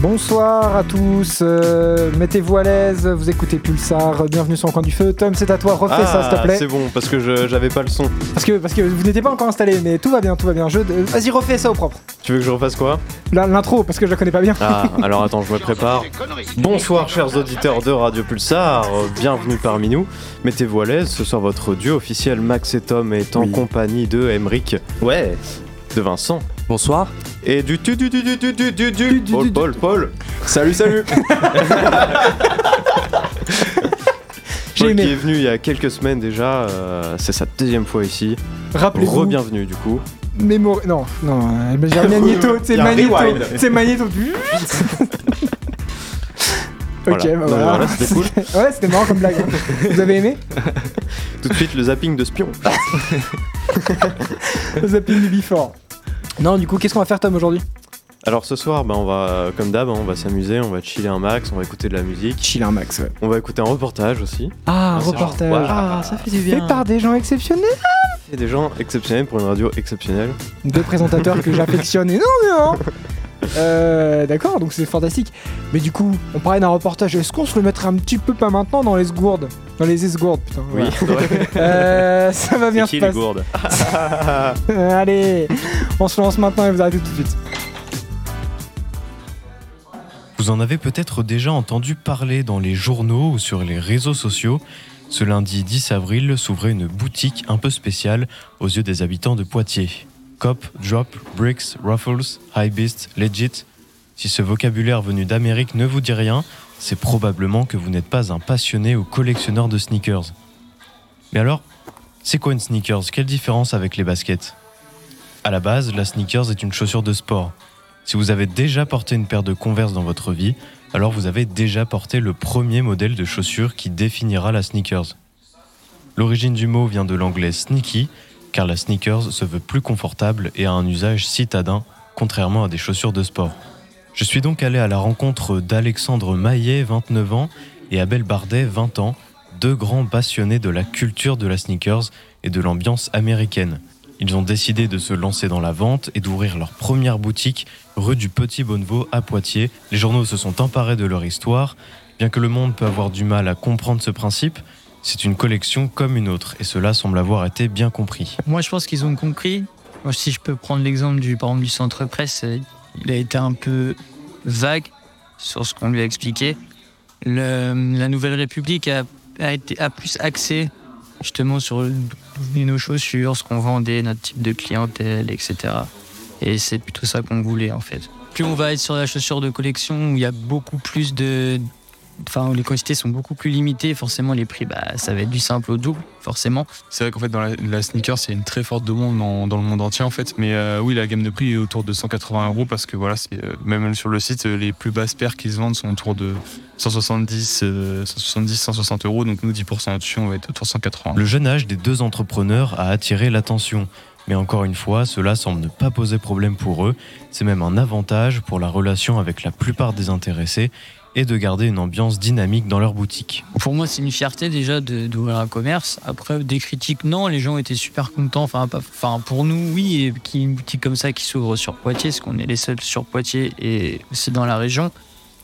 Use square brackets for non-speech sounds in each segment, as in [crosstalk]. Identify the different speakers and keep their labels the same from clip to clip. Speaker 1: Bonsoir à tous, euh, mettez-vous à l'aise, vous écoutez Pulsar, bienvenue sur le coin du feu. Tom, c'est à toi, refais
Speaker 2: ah,
Speaker 1: ça s'il te plaît.
Speaker 2: C'est bon, parce que je- j'avais pas le son.
Speaker 1: Parce que, parce que vous n'étiez pas encore installé, mais tout va bien, tout va bien. Je, euh, vas-y, refais ça au propre.
Speaker 2: Tu veux que je refasse quoi
Speaker 1: La- L'intro, parce que je la connais pas bien. [laughs]
Speaker 2: Ah, alors attends, je me prépare. Bonsoir, chers auditeurs de Radio Pulsar, euh, bienvenue parmi nous. Mettez-vous à l'aise, ce soir votre duo officiel Max et Tom est en
Speaker 3: Oui.
Speaker 2: compagnie de Emric. Ouais. De Vincent.
Speaker 3: Bonsoir.
Speaker 2: Et du tu du du du du du du du
Speaker 1: du-
Speaker 2: Paul
Speaker 1: du-
Speaker 2: Paul Paul.
Speaker 3: Salut,
Speaker 1: [laughs]
Speaker 3: salut.
Speaker 1: J'ai
Speaker 2: Paul qui
Speaker 1: aimé.
Speaker 2: est venu il y a quelques semaines déjà, euh, c'est sa deuxième fois ici.
Speaker 1: Rappelez-vous,
Speaker 2: Re-bienvenue du coup.
Speaker 1: mémor- Non, non, euh,
Speaker 2: [laughs]
Speaker 1: mais j'ai un Magnéto, c'est
Speaker 3: Il y a un
Speaker 1: Magnéto,
Speaker 3: rewind.
Speaker 1: c'est Magnéto. Pfff. Ok,
Speaker 2: Voilà.
Speaker 1: bah
Speaker 2: Donc
Speaker 1: voilà.
Speaker 2: voilà, c'était cool.
Speaker 1: [laughs] ouais, c'était marrant comme blague. hein. Vous avez aimé
Speaker 2: Tout de suite le zapping de
Speaker 1: [laughs]
Speaker 2: spion.
Speaker 1: Zapping du before. Non, du coup, qu'est-ce qu'on va faire, Tom, aujourd'hui
Speaker 2: Alors ce soir, bah, on va, euh, comme d'hab, hein, on va s'amuser, on va chiller un max, on va écouter de la musique,
Speaker 1: Chiller un max, ouais.
Speaker 2: on va écouter un reportage aussi. Ah,
Speaker 1: Ah,
Speaker 2: c'est
Speaker 1: reportage.
Speaker 2: genre, waouh.
Speaker 1: Ah, ça fait du bien. Fait par des gens exceptionnels.
Speaker 2: Et des gens exceptionnels pour une radio exceptionnelle.
Speaker 1: Deux présentateurs que j'affectionne énormément. Euh, D'accord, donc c'est fantastique. Mais du coup, on parlait d'un reportage. Est-ce qu'on se le mettrait un petit peu pas maintenant dans les gourdes Dans les esgourdes, putain. voilà. [laughs] Euh, ça va bien
Speaker 2: C'est qui les
Speaker 1: se passer. [laughs]
Speaker 2: gourdes
Speaker 1: Allez, on se lance maintenant et vous arrêtez tout de suite.
Speaker 4: Vous en avez peut-être déjà entendu parler dans les journaux ou sur les réseaux sociaux. Ce lundi 10 avril s'ouvrait une boutique un peu spéciale aux yeux des habitants de Poitiers. Cop, Drop, Bricks, Ruffles, High Beast, Legit. Si ce vocabulaire venu d'Amérique ne vous dit rien, c'est probablement que vous n'êtes pas un passionné ou collectionneur de sneakers. Mais alors, c'est quoi une sneakers Quelle différence avec les baskets À la base, la sneakers est une chaussure de sport. Si vous avez déjà porté une paire de Converse dans votre vie, alors vous avez déjà porté le premier modèle de chaussure qui définira la sneakers. L'origine du mot vient de l'anglais sneaky, car la sneakers se veut plus confortable et a un usage citadin, contrairement à des chaussures de sport. Je suis donc allé à la rencontre d'Alexandre Maillet, 29 ans, et Abel Bardet, 20 ans, deux grands passionnés de la culture de la sneakers et de l'ambiance américaine. Ils ont décidé de se lancer dans la vente et d'ouvrir leur première boutique rue du Petit Bonnevaux à Poitiers. Les journaux se sont emparés de leur histoire. Bien que le monde peut avoir du mal à comprendre ce principe, c'est une collection comme une autre et cela semble avoir été bien compris.
Speaker 5: Moi, je pense qu'ils ont compris. Moi, si je peux prendre l'exemple du par exemple, du centre presse, euh, il a été un peu vague sur ce qu'on lui a expliqué. Le- la Nouvelle République a, a été, a plus axé justement sur le- nos chaussures, ce qu'on vendait, notre type de clientèle, etc. Et c'est plutôt ça qu'on voulait en fait. Plus on va être sur la chaussure de collection où il y a beaucoup plus de. Enfin, où les quantités sont beaucoup plus limitées, forcément les prix, bah, ça va être du simple au double, forcément.
Speaker 6: C'est vrai qu'en fait, dans la, la sneakers, il y a une très forte demande dans, dans le monde entier, en fait. Mais euh, oui, la gamme de prix est autour de 180 euros parce que voilà, c'est euh, même sur le site, euh, les plus basses paires qui se vendent sont autour de 170, euh, 170 160 euros. Donc nous, 10% au-dessus, on va être autour de 180.
Speaker 4: Le jeune âge des deux entrepreneurs a attiré l'attention. Mais encore une fois, cela semble ne pas poser problème pour eux. C'est même un avantage pour la relation avec la plupart des intéressés et de garder une ambiance dynamique dans leur boutique.
Speaker 5: Pour moi, c'est une fierté déjà de- d'ouvrir un commerce. Après, des critiques, non, les gens étaient super contents. Enfin, pas- enfin pour nous, oui, et qu'il y ait une boutique comme ça qui s'ouvre sur Poitiers, parce qu'on est les seuls sur Poitiers et c'est dans la région.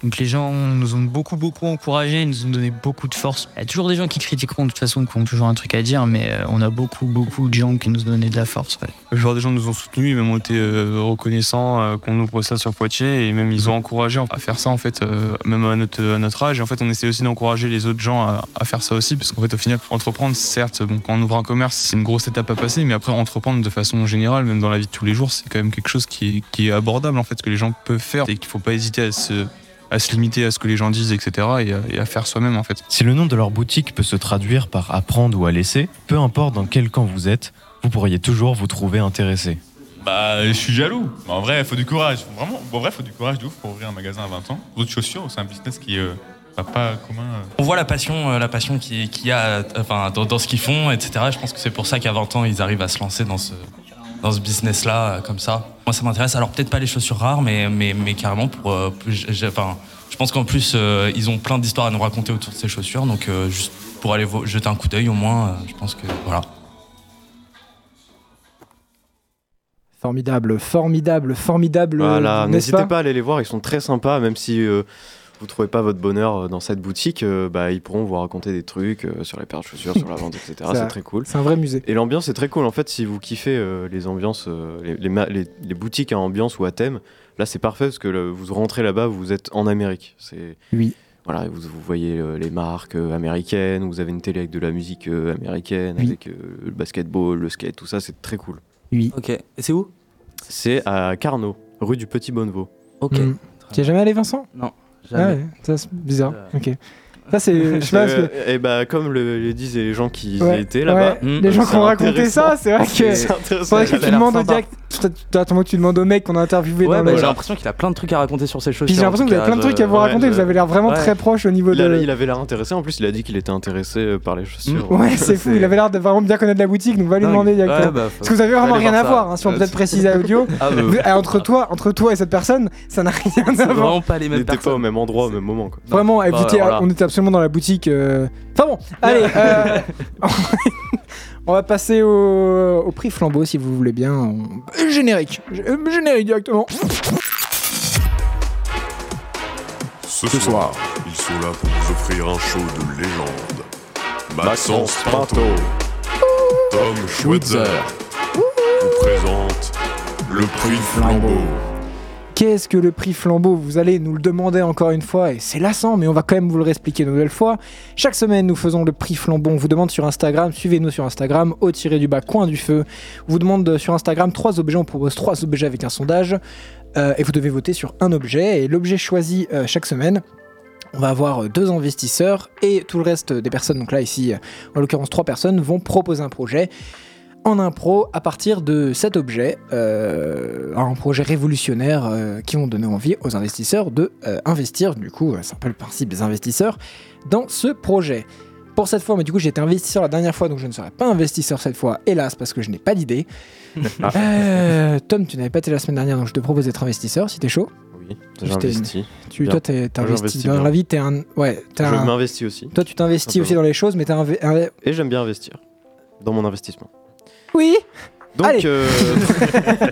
Speaker 5: Donc les gens nous ont beaucoup, beaucoup encouragés, ils nous ont donné beaucoup de force. Il y a toujours des gens qui critiqueront de toute façon, qui ont toujours un truc à dire, mais euh, on a beaucoup, beaucoup de gens qui nous ont donné de la force. ouais.
Speaker 6: Le genre des gens nous ont soutenus, ils m'ont été euh, reconnaissants euh, qu'on ouvre ça sur Poitiers et même ils ont encouragé à faire ça en fait, euh, même à notre, à notre âge. Et en fait, on essaie aussi d'encourager les autres gens à, à faire ça aussi parce qu'en fait, au final, entreprendre, certes, bon, quand on ouvre un commerce, c'est une grosse étape à passer, mais après, entreprendre de façon générale, même dans la vie de tous les jours, c'est quand même quelque chose qui est, qui est abordable en fait, que les gens peuvent faire et qu'il faut pas hésiter à se, à se limiter à ce que les gens disent, etc. et à, et à faire soi-même en fait.
Speaker 4: Si le nom de leur boutique peut se traduire par apprendre ou à laisser, peu importe dans quel camp vous êtes, vous pourriez toujours vous trouver intéressé.
Speaker 7: Bah, je suis jaloux. Mais en vrai, il faut du courage. Faut Vraiment, en vrai, faut du courage de ouf pour ouvrir un magasin à 20 ans. Votre chaussure, c'est un business qui euh, va pas commun. euh.
Speaker 8: On voit la passion, euh, la passion qui- qu'il y a euh, enfin, dans, dans ce qu'ils font, etc. Je pense que c'est pour ça qu'à 20 ans, ils arrivent à se lancer dans ce, dans ce business-là, euh, comme ça. Moi, ça m'intéresse. Alors, peut-être pas les chaussures rares, mais, mais, mais carrément, pour, euh, plus- j'ai- j'ai- enfin, je pense qu'en plus, euh, ils ont plein d'histoires à nous raconter autour de ces chaussures. Donc, euh, juste pour aller vo- jeter un coup d'œil, au moins, euh, je pense que voilà.
Speaker 1: Formidable, formidable, formidable.
Speaker 4: Voilà,
Speaker 1: euh, n'est-ce
Speaker 4: n'hésitez pas, à aller les voir, ils sont très sympas, même si euh, vous ne trouvez pas votre bonheur euh, dans cette boutique, euh, bah, ils pourront vous raconter des trucs euh, sur les paires de chaussures, sur la vente, etc.
Speaker 1: [laughs] Ça-
Speaker 4: C'est très cool.
Speaker 1: C'est un vrai musée.
Speaker 4: Et l'ambiance est très cool en fait si vous kiffez euh, les ambiances, euh, les, les ma- les- les boutiques à ambiance ou à thème. Là c'est parfait parce que le- vous rentrez là-bas, vous êtes en Amérique. C'est
Speaker 1: Oui.
Speaker 4: Voilà, vous, vous voyez euh, les marques euh, américaines, vous avez une télé avec de la musique euh, américaine,
Speaker 1: Oui.
Speaker 4: avec euh, le basketball, le skate, tout ça, c'est très cool.
Speaker 8: Ok. Et c'est où
Speaker 4: C'est à Carnot, rue du Petit Bonnevaux.
Speaker 8: Ok.
Speaker 1: Mm. Tu es jamais allé, Vincent Ah ouais, ça c'est bizarre.
Speaker 8: Euh.
Speaker 1: Ok. Ça c'est, je sais pas, parce que-
Speaker 4: et bah comme le, le disent les gens qui y
Speaker 1: Ouais,
Speaker 4: étaient là-bas.
Speaker 1: ouais,
Speaker 8: Mm.
Speaker 1: les gens
Speaker 4: C'est
Speaker 1: qui ont raconté
Speaker 4: intéressant.
Speaker 1: ça, c'est vrai que.
Speaker 4: C'est intéressant.
Speaker 1: Faudrait que
Speaker 8: ça a
Speaker 1: tu
Speaker 8: l'air
Speaker 1: demandes au
Speaker 8: sympa.
Speaker 1: direct. Attends, tu demandes au mec qu'on a interviewé
Speaker 8: Ouais,
Speaker 1: dans
Speaker 8: bah,
Speaker 1: le-
Speaker 8: j'ai l'impression qu'il a plein de trucs à raconter sur ces choses.
Speaker 1: Puis j'ai l'impression que vous avez plein de trucs à vous
Speaker 4: ouais,
Speaker 1: raconter,
Speaker 4: je-
Speaker 1: vous avez l'air vraiment
Speaker 8: ouais.
Speaker 1: très proche au niveau
Speaker 4: Il, a-
Speaker 1: de.
Speaker 4: il avait l'air intéressé. En plus, il a dit qu'il était intéressé euh, par les chaussures.
Speaker 1: Mm.
Speaker 4: [laughs]
Speaker 1: Ouais, c'est fou, il avait l'air de vraiment bien connaître la boutique, donc va lui demander directement.
Speaker 8: bah,
Speaker 1: Parce que vous avez vraiment
Speaker 8: Allez voir
Speaker 1: rien à
Speaker 8: ça.
Speaker 1: voir, hein, si on peut peut-être préciser à audio.
Speaker 8: [laughs] Ah, bah,
Speaker 1: Vous- eh, entre, toi, entre toi et cette personne, ça n'a rien
Speaker 8: c'est
Speaker 1: à voir.
Speaker 8: vraiment pas les
Speaker 4: Il
Speaker 8: mêmes
Speaker 4: n'était pas au
Speaker 8: personnes.
Speaker 4: même endroit, au même moment. Quoi.
Speaker 8: Non.
Speaker 1: Vraiment, eh,
Speaker 8: Bah,
Speaker 1: vous étiez-
Speaker 8: voilà.
Speaker 1: on était absolument dans la boutique. euh, Enfin bon, allez,
Speaker 8: [laughs]
Speaker 1: euh, [laughs] on va passer au, au prix flambeau si vous voulez bien. On- Générique, G- euh, générique directement.
Speaker 9: Ce, soir, ils sont là pour vous offrir un show de légende. Maxence Pinto, Tom Schweitzer vous présente le prix Flambeau.
Speaker 1: Qu'est-ce que le prix flambeau Vous allez nous le demander encore une fois, et c'est lassant, mais on va quand même vous le réexpliquer une nouvelle fois. Chaque semaine, nous faisons le prix flambeau. On vous demande sur Instagram, suivez-nous sur Instagram, au tiré du bas, coin du feu. On vous demande euh, sur Instagram trois objets, on propose trois objets avec un sondage, euh, et vous devez voter sur un objet, et l'objet choisi euh, chaque semaine. On va avoir euh, deux investisseurs et tout le reste des personnes, donc là ici, euh, en l'occurrence trois personnes, vont proposer un projet en impro à partir de cet objet, euh, un projet révolutionnaire euh, qui ont donné envie aux investisseurs de euh, investir, du coup euh, c'est un peu le principe des investisseurs, dans ce projet. Pour cette fois, mais du coup j'étais investisseur la dernière fois, donc je ne serai pas investisseur cette fois, hélas, parce que je n'ai
Speaker 4: [laughs]
Speaker 1: pas d'idée. Euh, Tom, tu n'avais pas été la semaine dernière, donc je te propose d'être investisseur si t'es chaud.
Speaker 4: Oui,
Speaker 1: J'étais
Speaker 4: j'investis.
Speaker 1: Tu,
Speaker 4: Bien.
Speaker 1: toi, t'es-
Speaker 4: j'investis
Speaker 1: t'investis dans
Speaker 4: bien.
Speaker 1: la vie, t'es un... Ouais, t'es
Speaker 4: Je
Speaker 1: un...
Speaker 4: m'investis aussi.
Speaker 1: Toi, tu t'investis aussi
Speaker 4: Simplement.
Speaker 1: dans les choses, mais t'es un... un-
Speaker 4: Et j'aime bien investir dans mon investissement.
Speaker 1: Oui
Speaker 4: Donc,
Speaker 1: Allez.
Speaker 4: euh, [laughs]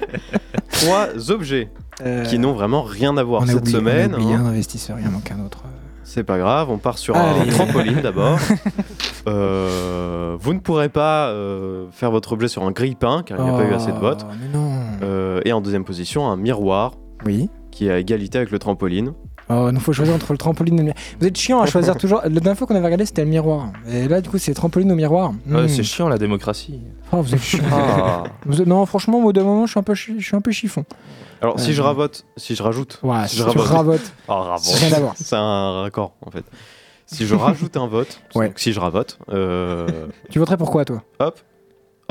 Speaker 4: trois objets
Speaker 1: Euh,
Speaker 4: qui n'ont vraiment rien à voir
Speaker 1: on a
Speaker 4: cette
Speaker 1: oublié- on a
Speaker 4: semaine.
Speaker 1: oublié
Speaker 4: hein.
Speaker 1: un investisseur, il en manque un autre.
Speaker 4: C'est pas grave, on part sur
Speaker 1: Allez.
Speaker 4: un trampoline
Speaker 1: [laughs]
Speaker 4: d'abord. Euh, vous ne pourrez pas euh, faire votre objet sur un grille-pain car il n'y a pas eu assez de votes.
Speaker 1: Oh, Mais non.
Speaker 4: Euh, et en deuxième position, un miroir
Speaker 1: Oui.
Speaker 4: qui est à égalité avec le trampoline.
Speaker 1: Oh, il faut choisir entre le trampoline et le miroir. Vous êtes chiant à choisir toujours. La dernière fois qu'on avait regardé, c'était le miroir. Et là, du coup, c'est trampoline au miroir.
Speaker 3: Ah
Speaker 1: Hmm.
Speaker 8: c'est chiant la démocratie.
Speaker 1: Oh, vous êtes chiant.
Speaker 4: Ah.
Speaker 1: Vous êtes- Non, franchement, au bout d'un moment, je suis un peu, chi- je suis un peu chiffon.
Speaker 4: Alors si
Speaker 1: Euh.
Speaker 4: je ravote, si je rajoute,
Speaker 1: Ouais,
Speaker 4: si
Speaker 1: tu ravotes.
Speaker 4: [laughs] Oh, ravote.
Speaker 1: C'est rien d'avoir.
Speaker 4: [laughs] c'est un raccord en fait. Si je rajoute un vote,
Speaker 1: Ouais.
Speaker 4: donc si je ravote, euh,
Speaker 1: Tu voterais pour quoi, toi
Speaker 4: hop,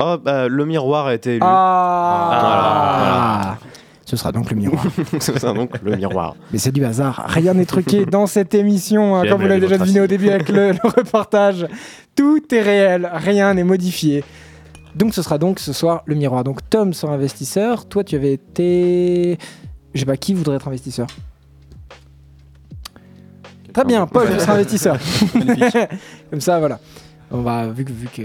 Speaker 4: oh, bah, le miroir a été élu.
Speaker 1: Ah Ce sera donc le
Speaker 4: [laughs]
Speaker 1: miroir.
Speaker 4: c'est donc le miroir.
Speaker 1: Mais c'est du hasard. Rien
Speaker 4: [laughs]
Speaker 1: n'est truqué dans cette émission, hein,
Speaker 4: J'aime
Speaker 1: comme vous
Speaker 4: la
Speaker 1: l'avez déjà
Speaker 4: démocratie.
Speaker 1: deviné au début avec le, le reportage. Tout est réel, rien n'est modifié. Donc ce sera donc ce soir le miroir. Donc Tom sera investisseur, toi tu avais été... Je sais pas qui voudrait être investisseur. Très bien, Paul tu seras investisseur. Comme ça, voilà. On va, vu que, vu que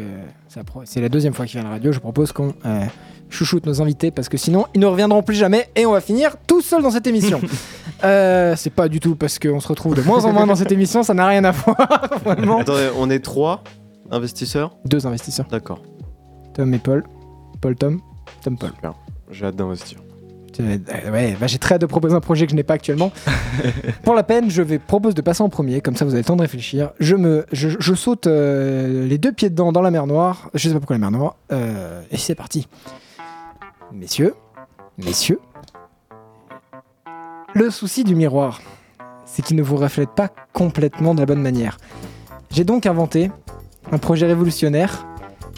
Speaker 1: ça pro- c'est la deuxième fois qu'il vient à la radio, je propose qu'on euh, chouchoute nos invités parce que sinon ils ne reviendront plus jamais et on va finir tout seul dans cette émission. Euh, c'est pas du tout parce qu'on se retrouve de moins en moins dans cette émission, ça n'a rien à voir, vraiment.
Speaker 4: Attendez, on est trois investisseurs,
Speaker 1: Deux investisseurs,
Speaker 4: d'accord.
Speaker 1: Tom et Paul. Paul Tom, Tom Paul.
Speaker 4: Super. J'ai hâte d'investir.
Speaker 1: Tu- euh, Ouais, bah, j'ai très hâte de proposer un projet que je n'ai pas actuellement. Pour la peine, je vais propose de passer en premier, comme ça vous avez le temps de réfléchir. Je me, je, je saute euh, les deux pieds dedans dans la mer Noire. Je sais pas pourquoi la mer Noire. Euh, et c'est parti, messieurs, messieurs. Le souci du miroir, c'est qu'il ne vous reflète pas complètement de la bonne manière. J'ai donc inventé un projet révolutionnaire.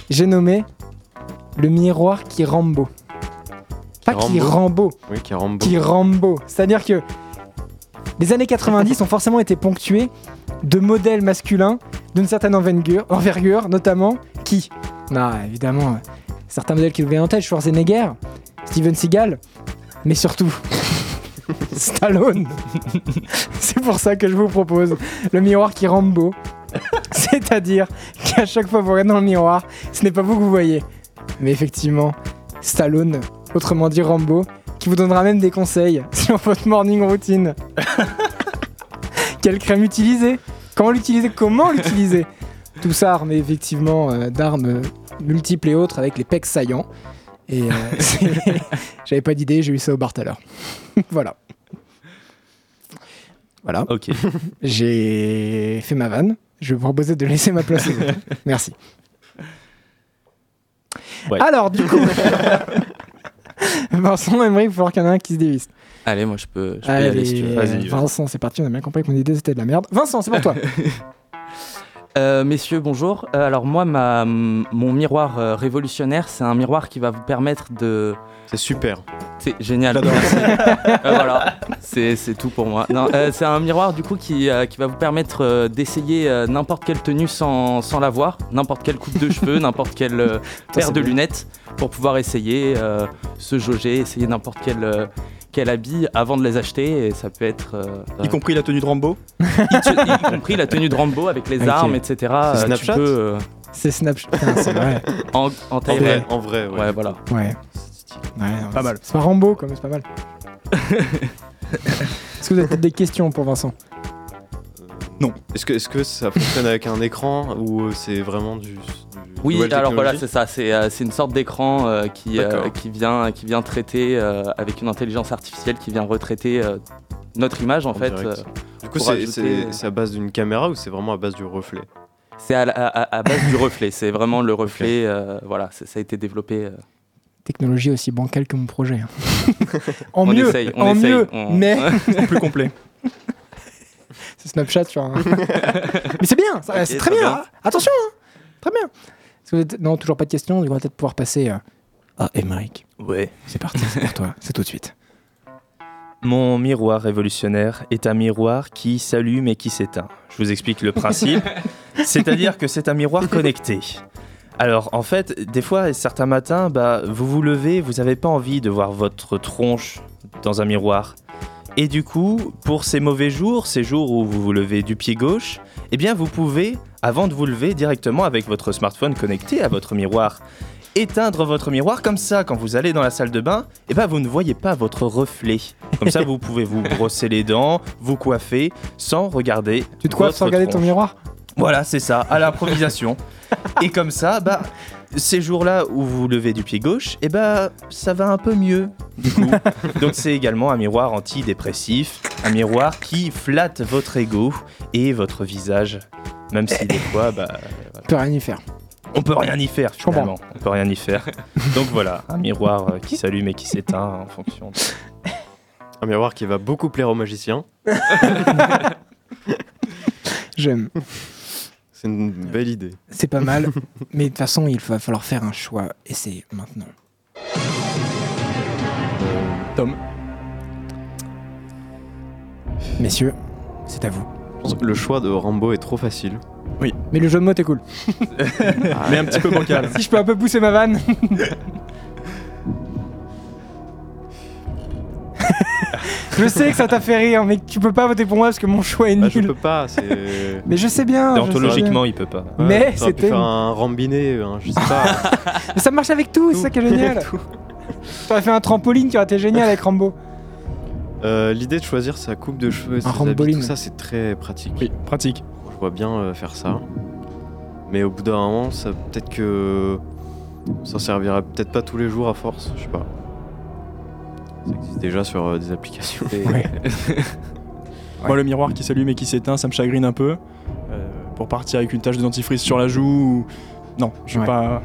Speaker 1: J'ai nommé le miroir qui Rambo. Pas qui
Speaker 4: Rambo
Speaker 1: Rambo,
Speaker 4: Oui, qui Rambo.
Speaker 1: qui Rambo. C'est-à-dire que les années 90 ont forcément été ponctuées de modèles masculins d'une certaine envergure, envergure, notamment qui Non, évidemment, euh, certains modèles qui vous viennent en tête, Schwarzenegger, Steven Seagal, mais surtout [laughs] Stallone. [laughs] C'est pour ça que je vous propose le miroir qui Rambo. [laughs] C'est-à-dire qu'à chaque fois que vous regardez dans le miroir, ce n'est pas vous que vous voyez, mais effectivement Stallone autrement dit Rambo, qui vous donnera même des conseils [laughs] sur votre morning routine. Quelle crème utiliser Comment l'utiliser Comment l'utiliser Tout ça armé effectivement euh, d'armes multiples et autres avec les pecs saillants. Et euh, [laughs] c'est- j'avais pas d'idée, j'ai eu ça au bar tout à l'heure. [laughs] voilà. Voilà.
Speaker 8: Ok.
Speaker 1: [laughs] J'ai fait ma vanne. Je vais vous proposer de laisser ma place.
Speaker 8: [laughs]
Speaker 1: aux autres. Merci.
Speaker 8: Ouais.
Speaker 1: Alors, du coup, [laughs] Vincent, Emery, il va falloir qu'il y en ait un qui se dévisse.
Speaker 8: Allez, moi je peux, je peux y aller si
Speaker 1: Allez,
Speaker 8: tu veux.
Speaker 4: Vas-y, vas-y.
Speaker 1: Vincent, c'est parti. On a bien compris que mon idée c'était de la merde. Vincent, c'est
Speaker 8: [laughs]
Speaker 1: pour toi.
Speaker 8: Euh, messieurs, bonjour. Euh, alors moi, ma, mon miroir euh, révolutionnaire, c'est un miroir qui va vous permettre de...
Speaker 4: C'est super.
Speaker 8: C'est génial.
Speaker 4: J'adore.
Speaker 8: merci. [laughs] Euh, voilà, c'est c'est tout pour moi. Non, euh, c'est un miroir du coup qui, euh, qui va vous permettre euh, d'essayer euh, n'importe quelle tenue sans, sans la voir, n'importe quelle coupe de cheveux, n'importe quelle euh, paire
Speaker 1: c'est
Speaker 8: de
Speaker 1: bien.
Speaker 8: lunettes pour pouvoir essayer, euh, se jauger, essayer n'importe quel, euh, quel habit avant de les acheter. Et ça peut être. euh,
Speaker 10: Y compris la tenue de Rambo
Speaker 8: y compris la tenue de Rambo avec les
Speaker 1: Ok.
Speaker 8: armes, etc.
Speaker 4: C'est
Speaker 8: Euh, tu
Speaker 4: Snapchat
Speaker 8: peux, euh,
Speaker 1: C'est Snapchat. Putain, C'est vrai.
Speaker 8: en, en
Speaker 4: En
Speaker 8: taille
Speaker 4: vrai,
Speaker 8: réelle.
Speaker 4: en vrai, ouais.
Speaker 8: Ouais, voilà.
Speaker 1: Ouais. Ouais,
Speaker 10: Pas mal.
Speaker 1: C'est pas Rambo, comme c'est
Speaker 8: [laughs]
Speaker 1: pas mal. Est-ce que vous avez peut-être des questions pour Vincent
Speaker 10: Non.
Speaker 4: Est-ce que, est que ça fonctionne avec un écran ou euh, c'est vraiment du. du-
Speaker 8: Oui,
Speaker 4: nouvelle
Speaker 8: alors voilà,
Speaker 4: technologie
Speaker 8: c'est ça. C'est euh, c'est une sorte d'écran euh, qui, euh,
Speaker 4: D'accord.
Speaker 8: qui, vient, qui vient traiter euh, avec une intelligence artificielle qui vient retraiter euh, notre image en,
Speaker 4: En
Speaker 8: fait.
Speaker 4: direct.
Speaker 8: euh,
Speaker 4: Du coup,
Speaker 8: pour
Speaker 4: c'est-
Speaker 8: ajouter- euh,
Speaker 4: c'est c'est à base d'une caméra ou c'est vraiment à base du reflet
Speaker 8: c'est à, la- à- à base du reflet. C'est vraiment le reflet. euh, voilà, c'est- ça a été développé. euh,
Speaker 1: Technologie aussi bancale que mon projet. hein. en
Speaker 8: on
Speaker 1: mieux,
Speaker 8: essaye. On
Speaker 1: en
Speaker 8: essaye.
Speaker 1: mieux,
Speaker 8: on- [laughs]
Speaker 1: mais
Speaker 10: Plus complet.
Speaker 1: c'est Snapchat
Speaker 8: [laughs]
Speaker 1: sur un. mais c'est bien, ça- c'est très bien. Attention, hein. très bien. Est-ce que vous êtes- Non, toujours pas de questions. On va peut-être pouvoir passer euh, à Emmerich.
Speaker 3: Ouais.
Speaker 1: C'est parti, c'est pour toi. C'est tout de suite.
Speaker 3: Mon miroir révolutionnaire est un miroir qui s'allume et qui s'éteint. Je vous explique le
Speaker 1: [laughs]
Speaker 3: principe. C'est-à-dire que c'est un miroir connecté. Alors en fait, des fois, certains matins, bah, vous vous levez, vous n'avez pas envie de voir votre tronche dans un miroir. Et du coup, pour ces mauvais jours, ces jours où vous vous levez du pied gauche, eh bien vous pouvez, avant de vous lever directement avec votre smartphone connecté à votre miroir, éteindre votre miroir comme ça quand vous allez dans la salle de bain, eh ben vous ne voyez pas votre reflet. Comme ça, vous pouvez vous brosser les dents, vous coiffer, sans regarder.
Speaker 1: Tu te coiffes sans
Speaker 3: votre
Speaker 1: regarder ton
Speaker 3: tronche.
Speaker 1: miroir
Speaker 3: Voilà, c'est ça, à l'improvisation. Et comme ça, bah, ces jours-là où vous vous levez du pied gauche, eh bah, ça va un peu mieux, du coup. Donc c'est également un miroir antidépressif, un miroir qui flatte votre ego et votre visage. Même si des fois, bah,
Speaker 1: Tu peux rien y faire.
Speaker 3: on peut rien y faire
Speaker 1: Je comprends.
Speaker 3: finalement. On peut rien y faire. Donc voilà, un miroir euh, qui s'allume et qui s'éteint en fonction. de-
Speaker 4: Un miroir qui va beaucoup plaire aux magiciens.
Speaker 1: J'aime.
Speaker 8: [laughs]
Speaker 4: C'est une belle idée.
Speaker 1: C'est pas mal, mais de toute façon, il va falloir faire un choix, et c'est maintenant. Tom. Messieurs, c'est à vous.
Speaker 4: Le choix de Rambo est trop facile.
Speaker 1: Mais le jeu de mots, t'es
Speaker 4: [laughs]
Speaker 1: cool.
Speaker 10: Ah. Mais un petit peu bancal.
Speaker 1: Si je peux un peu pousser
Speaker 10: [laughs]
Speaker 1: ma vanne. je sais que ça t'a fait rire, mais tu peux pas voter pour moi parce que mon choix est
Speaker 4: Bah, je
Speaker 1: nul.
Speaker 4: peux pas, c'est.
Speaker 1: Mais je sais bien. je sais
Speaker 3: Déontologiquement, il peut pas.
Speaker 1: bien. Mais
Speaker 4: t'aurais pu
Speaker 1: c'était.
Speaker 4: faire un rambiné, un- je sais
Speaker 1: [laughs]
Speaker 4: pas.
Speaker 1: Mais ça marche avec tout, c'est ça qui est
Speaker 4: [laughs]
Speaker 1: génial. T'aurais fait un trampoline qui aurait été génial avec Rambo.
Speaker 4: Euh, L'idée de choisir sa coupe de cheveux, ses habits,
Speaker 1: ramboline.
Speaker 4: tout ça, c'est très pratique.
Speaker 10: Oui, pratique.
Speaker 4: Je vois bien euh, faire ça. Mais au bout d'un moment, ça peut-être que on s'en servira peut-être pas tous les jours à force, je sais pas. Ça existe déjà sur euh, des applications. [laughs]
Speaker 10: Moi, le miroir qui s'allume et qui s'éteint, ça me chagrine un peu. Euh, pour partir avec une tache de dentifrice sur la joue. ou- Non, je suis
Speaker 1: Ouais.
Speaker 10: pas.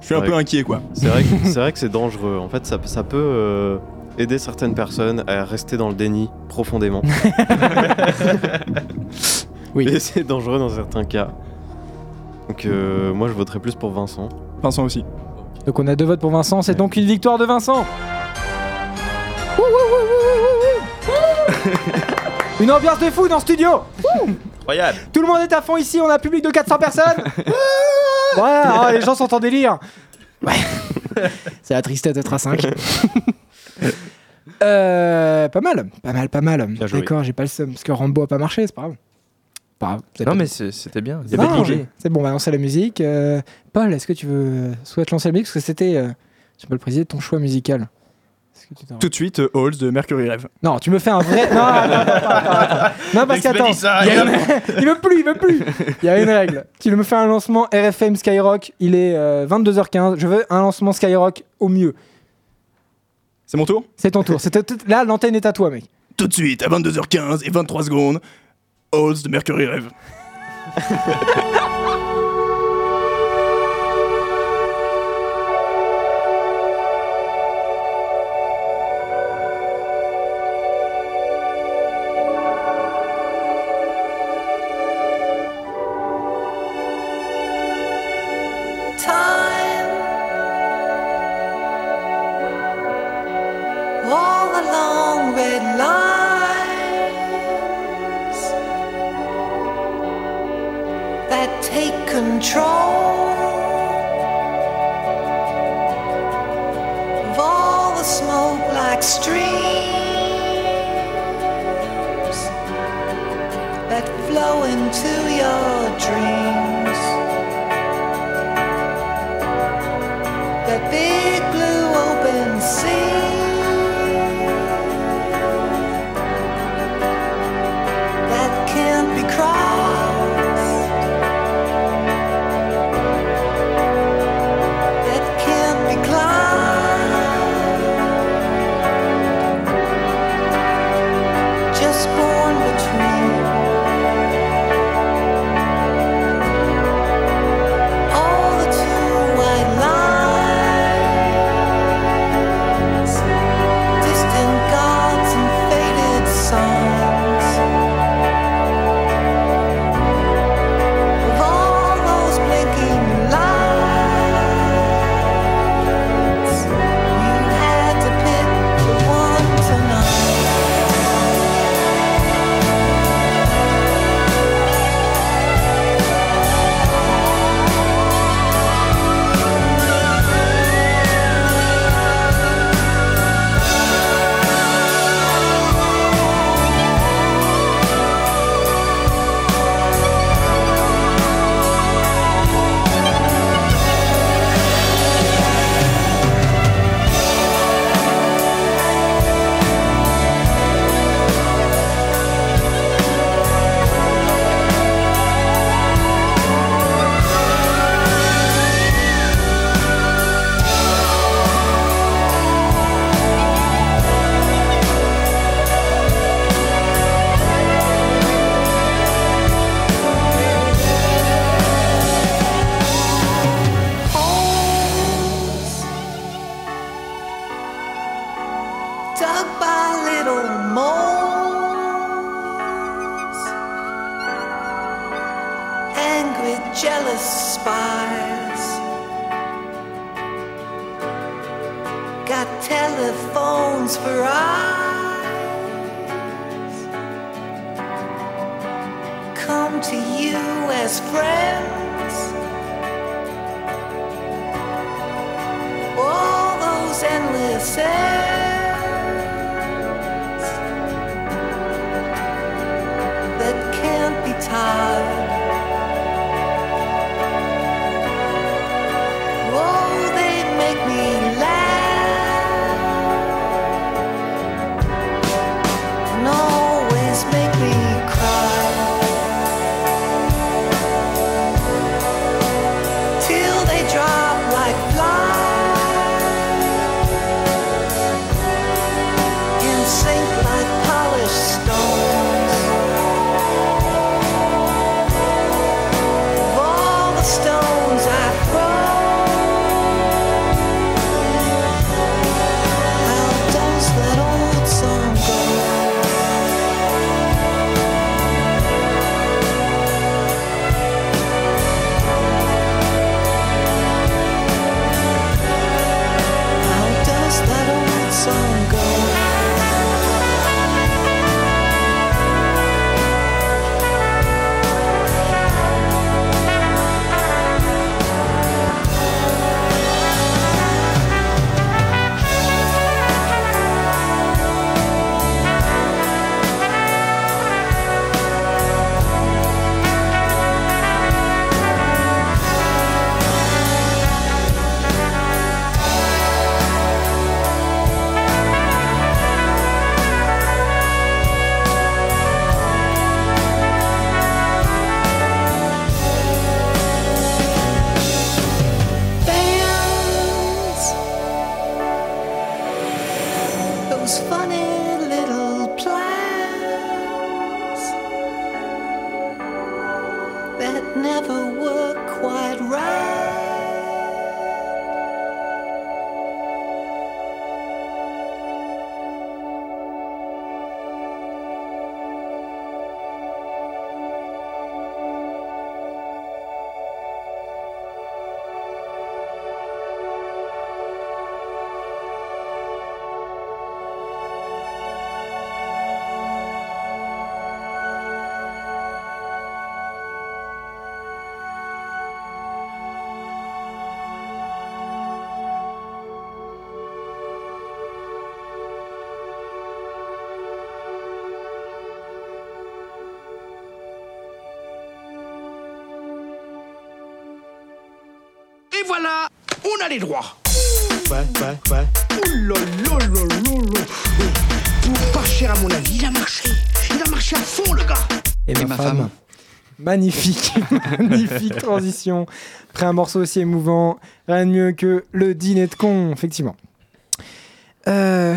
Speaker 10: Je suis un
Speaker 4: Ouais.
Speaker 10: peu inquiet, quoi.
Speaker 4: C'est vrai que c'est vrai que c'est dangereux. En fait, ça, ça peut euh, aider certaines personnes à rester dans le déni
Speaker 10: [laughs]
Speaker 4: profondément.
Speaker 1: Oui.
Speaker 4: Et c'est dangereux dans certains cas. Donc euh, moi, je voterai plus pour Vincent.
Speaker 10: Vincent aussi.
Speaker 1: Donc on a deux votes pour Vincent, c'est donc une victoire de Vincent. Une ambiance de fou dans le studio
Speaker 3: Incroyable.
Speaker 1: Tout le monde est à fond ici, on a un public de 400 personnes Ouais, oh, les gens sont en délire Ouais. C'est la tristesse d'être à 5. Euh, pas mal, pas mal, pas mal.
Speaker 3: joué.
Speaker 1: D'accord, j'ai pas le seum, parce que Rambo a pas marché, c'est pas grave. [laughs] Pas grave, vous avez
Speaker 3: Non
Speaker 1: pas-
Speaker 3: mais c'est- c'était bien.
Speaker 1: Non, oui. C'est bon, on va lancer la musique. Euh, Paul, est-ce que tu veux souhaites lancer la musique Parce que c'était. euh, j'ai pas le préciser, ton choix musical.
Speaker 10: Tout de suite, euh, Halls de Mercury Rêve.
Speaker 1: Non, tu me fais un vrai. Non, attends, attends, attends, attends. non parce
Speaker 10: L'expédition
Speaker 1: qu'attends. il y a une- Il veut plus, il veut plus. Il y a une règle. Tu me fais un lancement RFM Skyrock, il est euh, 22h15. Je veux un lancement Skyrock au mieux.
Speaker 10: C'est mon tour
Speaker 1: C'est ton tour. C'était- Là, l'antenne est à toi, mec.
Speaker 10: Tout de suite, à 22h15 et 23 secondes, Halls de Mercury Rêve.
Speaker 11: time all along red lines that take control of all the smoke like streams that flow into your dreams. the big blue open sea. That can't be crossed. That can't be climbed. Just born between. All the two white lines, distant gods and faded songs. Of all those blinking lights, you had to pick the one to holes dug by little moles, angry, jealous spies. Got telephones for eyes. Come to you as friends. all those endless ends that can't be tied. Oh, they make me laugh and always make me cry till they drop like flies. funny little plans that never work quite right.
Speaker 12: Et voilà, on a les droits. Ouais, ouais, ouais. Ouh là là là là là. Pour pas cher à mon avis, il a marché. Il a marché à fond le gars.
Speaker 1: Et ma, femme. Magnifique, [laughs] magnifique transition. Après un morceau aussi émouvant, rien de mieux que le dîner de con, effectivement. Euh...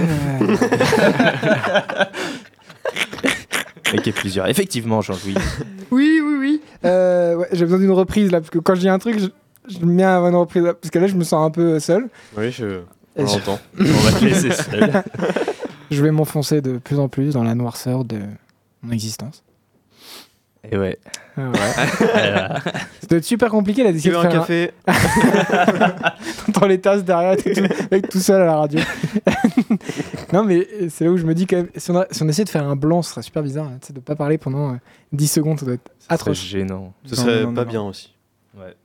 Speaker 3: Avec plusieurs. Effectivement,
Speaker 1: [laughs]
Speaker 3: Jean-Louis.
Speaker 1: oui, oui, oui. Euh, ouais, J'ai besoin d'une reprise là, parce que quand je dis un truc, je, je me mets à avoir une reprise là, parce que là, je me sens un peu seul.
Speaker 4: Oui, je...
Speaker 1: Et
Speaker 4: on
Speaker 1: je-
Speaker 4: l'entend. On va te laisser seul.
Speaker 1: [laughs] je vais m'enfoncer de plus en plus dans la noirceur de mon existence.
Speaker 3: Et ouais. [laughs]
Speaker 1: Ah ouais. Ça doit être super compliqué là d'essayer
Speaker 4: Tu
Speaker 1: de
Speaker 4: veux un
Speaker 1: faire [laughs] Dans les tasses derrière, t'es tout, mec, tout seul à la radio. [laughs] non, mais euh, c'est là où je me dis quand même, si on, a- si on essayait de faire un blanc, ce serait super bizarre hein, tu sais, de pas parler pendant euh, 10 secondes, ça doit être
Speaker 3: serait
Speaker 1: atroce.
Speaker 3: gênant.
Speaker 4: Ce
Speaker 1: Non,
Speaker 4: serait
Speaker 1: non, non,
Speaker 4: pas
Speaker 1: non.
Speaker 4: bien aussi.
Speaker 3: Ouais.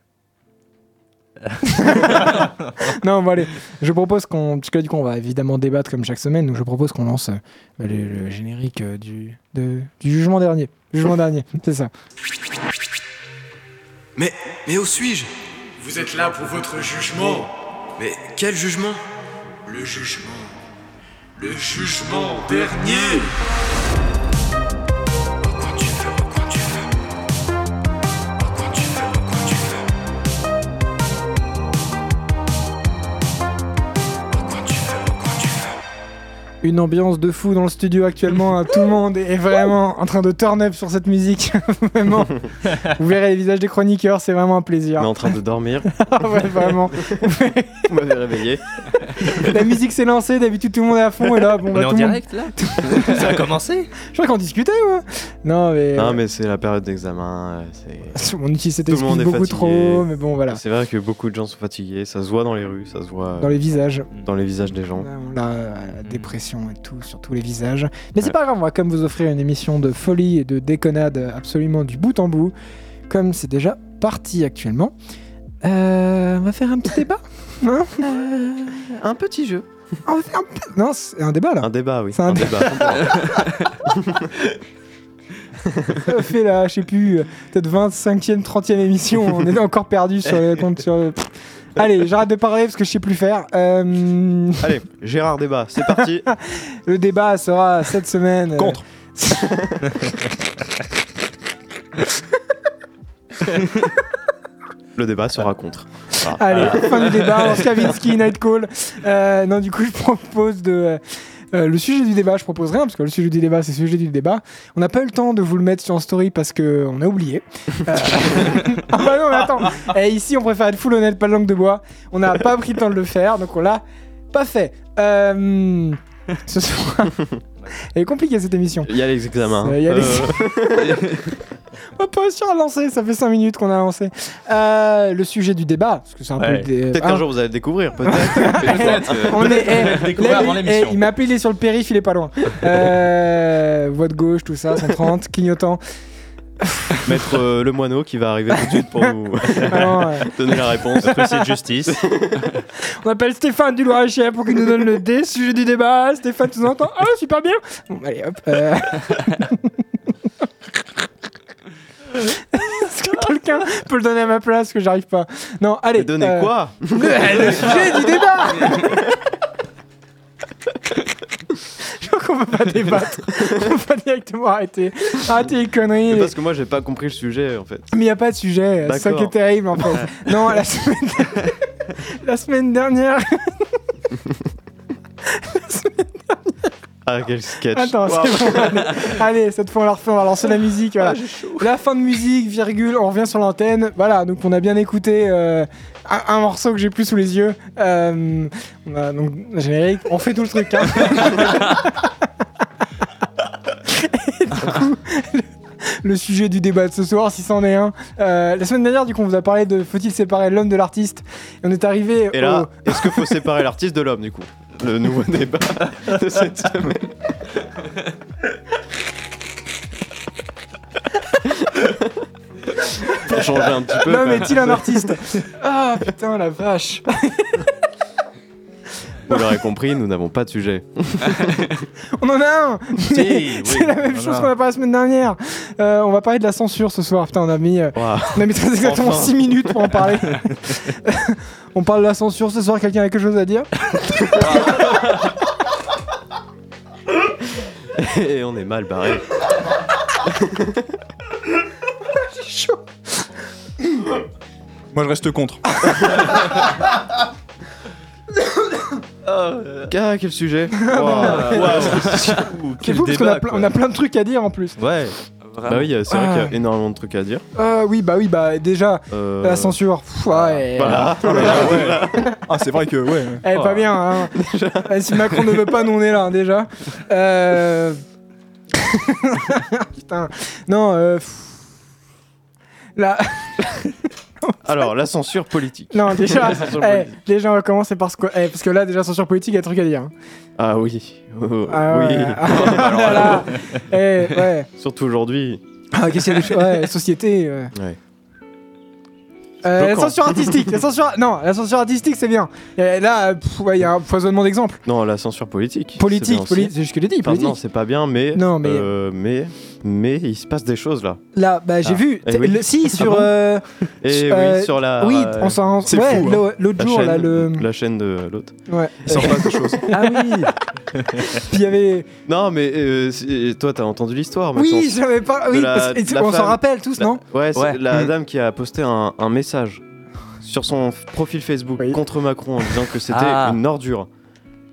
Speaker 1: [laughs] non, bon, allez, je propose qu'on. Parce que là, du coup, on va évidemment débattre comme chaque semaine, donc je propose qu'on lance euh, bah, le, le générique euh, du, de- du jugement dernier. Jugement dernier, c'est ça.
Speaker 13: Mais, mais où suis-je Vous êtes là pour votre jugement. Mais quel jugement Le jugement. Le jugement dernier.
Speaker 1: Une ambiance de fou dans le studio actuellement. hein. Tout le monde est vraiment en train de turn up sur cette musique. [laughs] vraiment. Vous verrez les visages des chroniqueurs, c'est vraiment un plaisir. [laughs]
Speaker 4: On est en train
Speaker 10: [laughs]
Speaker 4: de dormir.
Speaker 1: Ah ouais, vraiment.
Speaker 4: On m'avait réveillé.
Speaker 1: La musique s'est lancée, d'habitude tout le monde est à fond et là, bon,
Speaker 4: On
Speaker 1: bah,
Speaker 4: est en
Speaker 1: tout le monde-
Speaker 4: direct, là Ça a commencé
Speaker 1: [laughs] Je crois qu'on discutait, moi. Non, mais.
Speaker 4: Non, mais c'est la période d'examen. euh,
Speaker 1: [laughs]
Speaker 4: c'est-
Speaker 1: On utilise cette
Speaker 4: Tout le
Speaker 1: excuse
Speaker 4: monde est
Speaker 1: beaucoup
Speaker 4: fatigué.
Speaker 1: trop, mais bon, voilà.
Speaker 4: C'est vrai que beaucoup de gens sont fatigués. Ça se voit dans les rues, ça se voit. euh,
Speaker 1: Dans les visages.
Speaker 4: Dans les visages des gens.
Speaker 1: On a euh,
Speaker 4: Hmm.
Speaker 1: la dépression et tout sur tous les visages. Mais c'est pas grave, on va comme vous offrir une émission de folie et de déconnade absolument du bout en bout, comme c'est déjà parti actuellement. Euh, on va faire un petit
Speaker 4: [laughs]
Speaker 1: débat hein
Speaker 4: Euh, Un petit jeu.
Speaker 1: On va faire un petit- Non, c'est un débat là.
Speaker 4: Un débat, oui.
Speaker 1: C'est un,
Speaker 4: Un
Speaker 1: débat. [laughs] Ça fait là, je sais plus, euh, peut-être 25e, 30e émission, on est encore perdu sur les comptes. sur- Pff. Allez, j'arrête de parler parce que je sais plus faire. Euh,
Speaker 4: [laughs] Allez, Gérard débat, c'est parti.
Speaker 1: [laughs] Le débat sera cette semaine. euh, [laughs] Contre.
Speaker 4: Le débat sera contre. Ah.
Speaker 1: Allez,
Speaker 4: Ah.
Speaker 1: fin du
Speaker 4: [laughs]
Speaker 1: débat, Skavinsky, Night Call. Euh, non, du coup, je propose de. euh, euh, le sujet du débat, je propose rien, parce que le sujet du débat, c'est le sujet du débat. On n'a pas eu le temps de vous le mettre sur en story parce que on a oublié. Euh, [laughs] ah bah non, mais attends. Et ici, on préfère être full honnête, pas de langue de bois. On n'a pas pris le temps de le faire, donc on l'a pas fait. Euh, ce soir. Elle est compliquée cette émission.
Speaker 4: Il y a les examens.
Speaker 1: Il y a les-
Speaker 4: Euh,
Speaker 1: [laughs]
Speaker 4: [laughs]
Speaker 1: On va pas réussir à lancer, ça fait 5 minutes qu'on a lancé. Euh, le sujet du débat, parce que c'est un
Speaker 4: ouais.
Speaker 1: peu. le dé-
Speaker 4: Peut-être
Speaker 1: hein.
Speaker 4: qu'un jour vous allez le découvrir,
Speaker 1: [laughs]
Speaker 4: peut-être.
Speaker 1: On est. eh,
Speaker 4: [laughs]
Speaker 1: là,
Speaker 4: avant
Speaker 1: lui-
Speaker 4: l'émission.
Speaker 1: eh, il m'a appelé, il est sur le périph', il est pas loin. Euh, voie de gauche, tout ça,
Speaker 4: [laughs]
Speaker 1: 130, clignotant. eh.
Speaker 4: Maître euh, Le Moineau qui va arriver tout de
Speaker 1: [laughs]
Speaker 4: suite pour nous
Speaker 1: Alors, euh,
Speaker 4: [laughs] donner la réponse.
Speaker 1: Précis de
Speaker 4: justice.
Speaker 1: On appelle Stéphane du loir et pour qu'il nous donne le dé, sujet du débat. Stéphane, tu nous entends Ah, super bien Bon, allez, hop.
Speaker 4: [laughs]
Speaker 1: euh. Est-ce que quelqu'un peut le donner à ma place que j'arrive pas Non, allez.
Speaker 4: Donner
Speaker 1: euh,
Speaker 4: quoi
Speaker 1: [laughs] le, le sujet du
Speaker 14: [laughs]
Speaker 1: débat Je crois qu'on peut pas débattre. On peut [laughs] pas directement arrêter. Arrêtez les conneries.
Speaker 4: Mais Parce que moi j'ai pas compris le sujet en fait.
Speaker 1: Mais il n'y a pas de sujet, euh, c'est ça qui est
Speaker 4: D'accord.
Speaker 1: terrible en fait. [laughs] non, la semaine, la semaine dernière. la semaine dernière.
Speaker 4: Ah, quel sketch.
Speaker 1: Attends, c'est bon. Allez, allez, cette fois on la refait, on va lancer la musique. Voilà. La fin de musique, virgule, on revient sur l'antenne. Voilà, donc on a bien écouté euh, un, un morceau que j'ai plus sous les yeux. Euh, on a donc un générique, on fait tout le truc. hein. Et du coup, le- le sujet du débat de ce soir, si c'en est un. Euh, la semaine dernière, du coup, on vous a parlé de faut-il séparer l'homme de l'artiste. Et on est arrivé
Speaker 4: Et
Speaker 1: au-
Speaker 4: là, est-ce qu'il faut séparer l'artiste de l'homme, du coup Le
Speaker 1: [laughs]
Speaker 4: nouveau débat de cette semaine. Pour changer un petit peu.
Speaker 1: L'homme
Speaker 4: quand même.
Speaker 1: est-il
Speaker 4: [laughs]
Speaker 1: un artiste Ah putain la vache
Speaker 4: Vous l'aurez compris, nous n'avons pas de
Speaker 1: [laughs]
Speaker 4: sujet.
Speaker 1: On en a un [laughs]
Speaker 4: Si, oui,
Speaker 1: C'est la même
Speaker 4: voilà.
Speaker 1: chose qu'on a parlé la semaine dernière Euh, On va parler de la censure ce soir. Putain, on a mis, euh, on a mis très exactement
Speaker 4: Enfin.
Speaker 1: 6 minutes pour
Speaker 4: [laughs]
Speaker 1: en parler. [laughs] on parle de la censure ce soir. Quelqu'un a quelque chose à dire
Speaker 4: Et on est mal barré.
Speaker 1: J'ai chaud
Speaker 10: [laughs] Moi, je reste contre.
Speaker 14: Oh.
Speaker 4: Ah, quel
Speaker 1: [laughs]
Speaker 4: sujet
Speaker 1: C'est fou parce qu'on a, plein- on a plein de trucs à dire en plus.
Speaker 4: Ouais. Bah oui, c'est vrai qu'il y a énormément de trucs à dire.
Speaker 1: Euh, oui, bah oui, bah déjà,
Speaker 4: Euh,
Speaker 1: Ah. la censure. pff, ouais.
Speaker 4: Voilà. Ah, bah,
Speaker 10: Ah, c'est vrai que, ouais.
Speaker 1: Elle
Speaker 4: Oh.
Speaker 1: est pas bien, hein. Eh, Si Macron ne veut pas, nous on est là, hein, déjà. Euh... [laughs] Putain. Non, euh... pff. Là... [laughs]
Speaker 4: Alors, la censure politique.
Speaker 1: Non, déjà,
Speaker 4: La [laughs] censure
Speaker 1: eh,
Speaker 4: politique.
Speaker 1: déjà on va commencer par ce que... eh, parce que là, déjà, censure politique, il y a des trucs à dire. hein.
Speaker 4: Ah oui. [laughs] Oh,
Speaker 1: Ah
Speaker 4: oui.
Speaker 1: ouais. Ah là là. Eh, ouais.
Speaker 4: Surtout aujourd'hui.
Speaker 1: Ah, qu'est-ce qu'il y [laughs] a de... Ouais, société... ouais.
Speaker 4: Ouais.
Speaker 1: Euh, la
Speaker 4: Bloquant.
Speaker 1: censure artistique, la censure... Non, la censure artistique, c'est bien. Et là, euh, pff, ouais, il y a un foisonnement d'exemples.
Speaker 4: Non, la censure politique. c'est
Speaker 1: Politique,
Speaker 4: bien aussi.
Speaker 1: poli- c'est ce que j'ai dit,
Speaker 4: Enfin,
Speaker 1: politique.
Speaker 4: non, c'est pas bien, mais.
Speaker 1: Non, mais-
Speaker 4: euh, mais. Mais il se passe des choses là.
Speaker 1: Là, bah, j'ai
Speaker 4: Ah.
Speaker 1: vu.
Speaker 4: Eh
Speaker 1: t-
Speaker 4: oui.
Speaker 1: le- si,
Speaker 4: Ah
Speaker 1: sur.
Speaker 4: bon
Speaker 1: euh,
Speaker 4: Et
Speaker 1: euh,
Speaker 4: oui, sur la.
Speaker 1: Oui,
Speaker 4: euh,
Speaker 1: on s'en.
Speaker 4: c'est
Speaker 1: ouais,
Speaker 4: fou, hein.
Speaker 1: l'au- l'autre
Speaker 4: La
Speaker 1: jour, là,
Speaker 4: chaîne-
Speaker 1: le.
Speaker 4: La chaîne de l'autre.
Speaker 1: Ouais.
Speaker 4: Il sort pas de choses.
Speaker 1: [laughs]
Speaker 4: [laughs]
Speaker 1: Ah oui Puis il y avait.
Speaker 4: Non, mais euh, c'est- toi, t'as entendu l'histoire.
Speaker 1: Oui,
Speaker 4: Maxence.
Speaker 1: j'avais pas.
Speaker 4: De
Speaker 1: Oui,
Speaker 4: la-
Speaker 1: parce- et
Speaker 4: de
Speaker 1: tu-
Speaker 4: la
Speaker 1: on s'en
Speaker 4: femme.
Speaker 1: rappelle tous,
Speaker 4: La-
Speaker 1: non
Speaker 4: Ouais, c'est la
Speaker 1: Mm.
Speaker 4: dame qui a posté un, un message sur son f- profil Facebook contre Macron en disant que c'était
Speaker 3: Ah.
Speaker 4: une ordure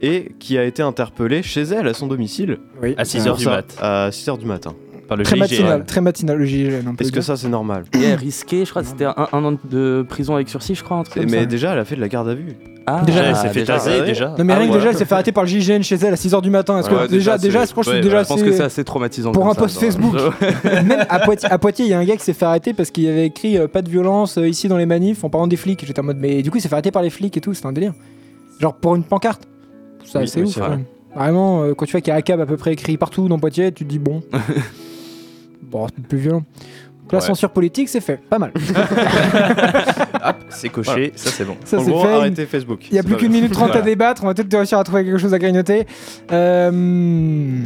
Speaker 4: et qui a été interpellée chez elle à son domicile
Speaker 1: Oui.
Speaker 3: À 6 heures
Speaker 4: Pour
Speaker 3: du
Speaker 4: ça,
Speaker 3: mat.
Speaker 4: À 6 heures du matin. Par le
Speaker 1: Très matinal, très matinal, le GIGN. on peut
Speaker 4: Est-ce que
Speaker 1: dire.
Speaker 4: ça c'est normal
Speaker 8: Et elle risqué, je crois que c'était un, un an de prison avec sursis, je crois, un truc comme
Speaker 4: Mais
Speaker 8: ça.
Speaker 4: déjà, elle a fait de la garde à vue.
Speaker 8: Ah,
Speaker 4: Déjà, elle s'est fait taser, déjà.
Speaker 1: Non, mais
Speaker 4: Ah,
Speaker 1: rien que
Speaker 4: voilà.
Speaker 1: déjà, elle s'est fait arrêter par le GIGN chez elle à 6h du matin. Est-ce que
Speaker 8: Ouais, déjà,
Speaker 1: déjà, déjà,
Speaker 8: c'est-
Speaker 1: je crois que
Speaker 8: ouais,
Speaker 1: c'est déjà
Speaker 8: je pense que c'est assez [laughs] traumatisant
Speaker 1: Pour
Speaker 8: comme
Speaker 1: un
Speaker 8: ça,
Speaker 1: post
Speaker 8: genre. [laughs]
Speaker 1: Facebook. [laughs] Même à Poitiers, à Poitiers, il y a un gars qui s'est fait arrêter parce qu'il avait écrit euh, pas de violence euh, ici dans les manifs en parlant des flics. J'étais en mode, mais du coup, il s'est fait arrêter par les flics et tout, c'est un délire. Genre pour une pancarte. Ça,
Speaker 4: Oui,
Speaker 1: c'est
Speaker 4: oui,
Speaker 1: ouf.
Speaker 4: c'est
Speaker 1: quand
Speaker 4: vrai.
Speaker 1: même. Vraiment, euh, quand tu vois qu'il y a ACAB à peu près écrit partout dans Poitiers, tu te dis bon. bon, c'est plus violent. Donc la
Speaker 3: Ouais.
Speaker 1: censure politique, c'est fait. Pas mal.
Speaker 3: [laughs] Hop, c'est coché,
Speaker 4: Voilà.
Speaker 3: ça c'est bon.
Speaker 1: Ça,
Speaker 4: En
Speaker 1: c'est
Speaker 4: gros,
Speaker 1: fait.
Speaker 4: arrêtez Facebook.
Speaker 1: Il n'y a
Speaker 4: C'est
Speaker 1: plus
Speaker 4: pas
Speaker 1: qu'une
Speaker 4: bien.
Speaker 1: minute trente à
Speaker 4: Voilà.
Speaker 1: débattre, on va peut-être réussir à trouver quelque chose à grignoter. Euh...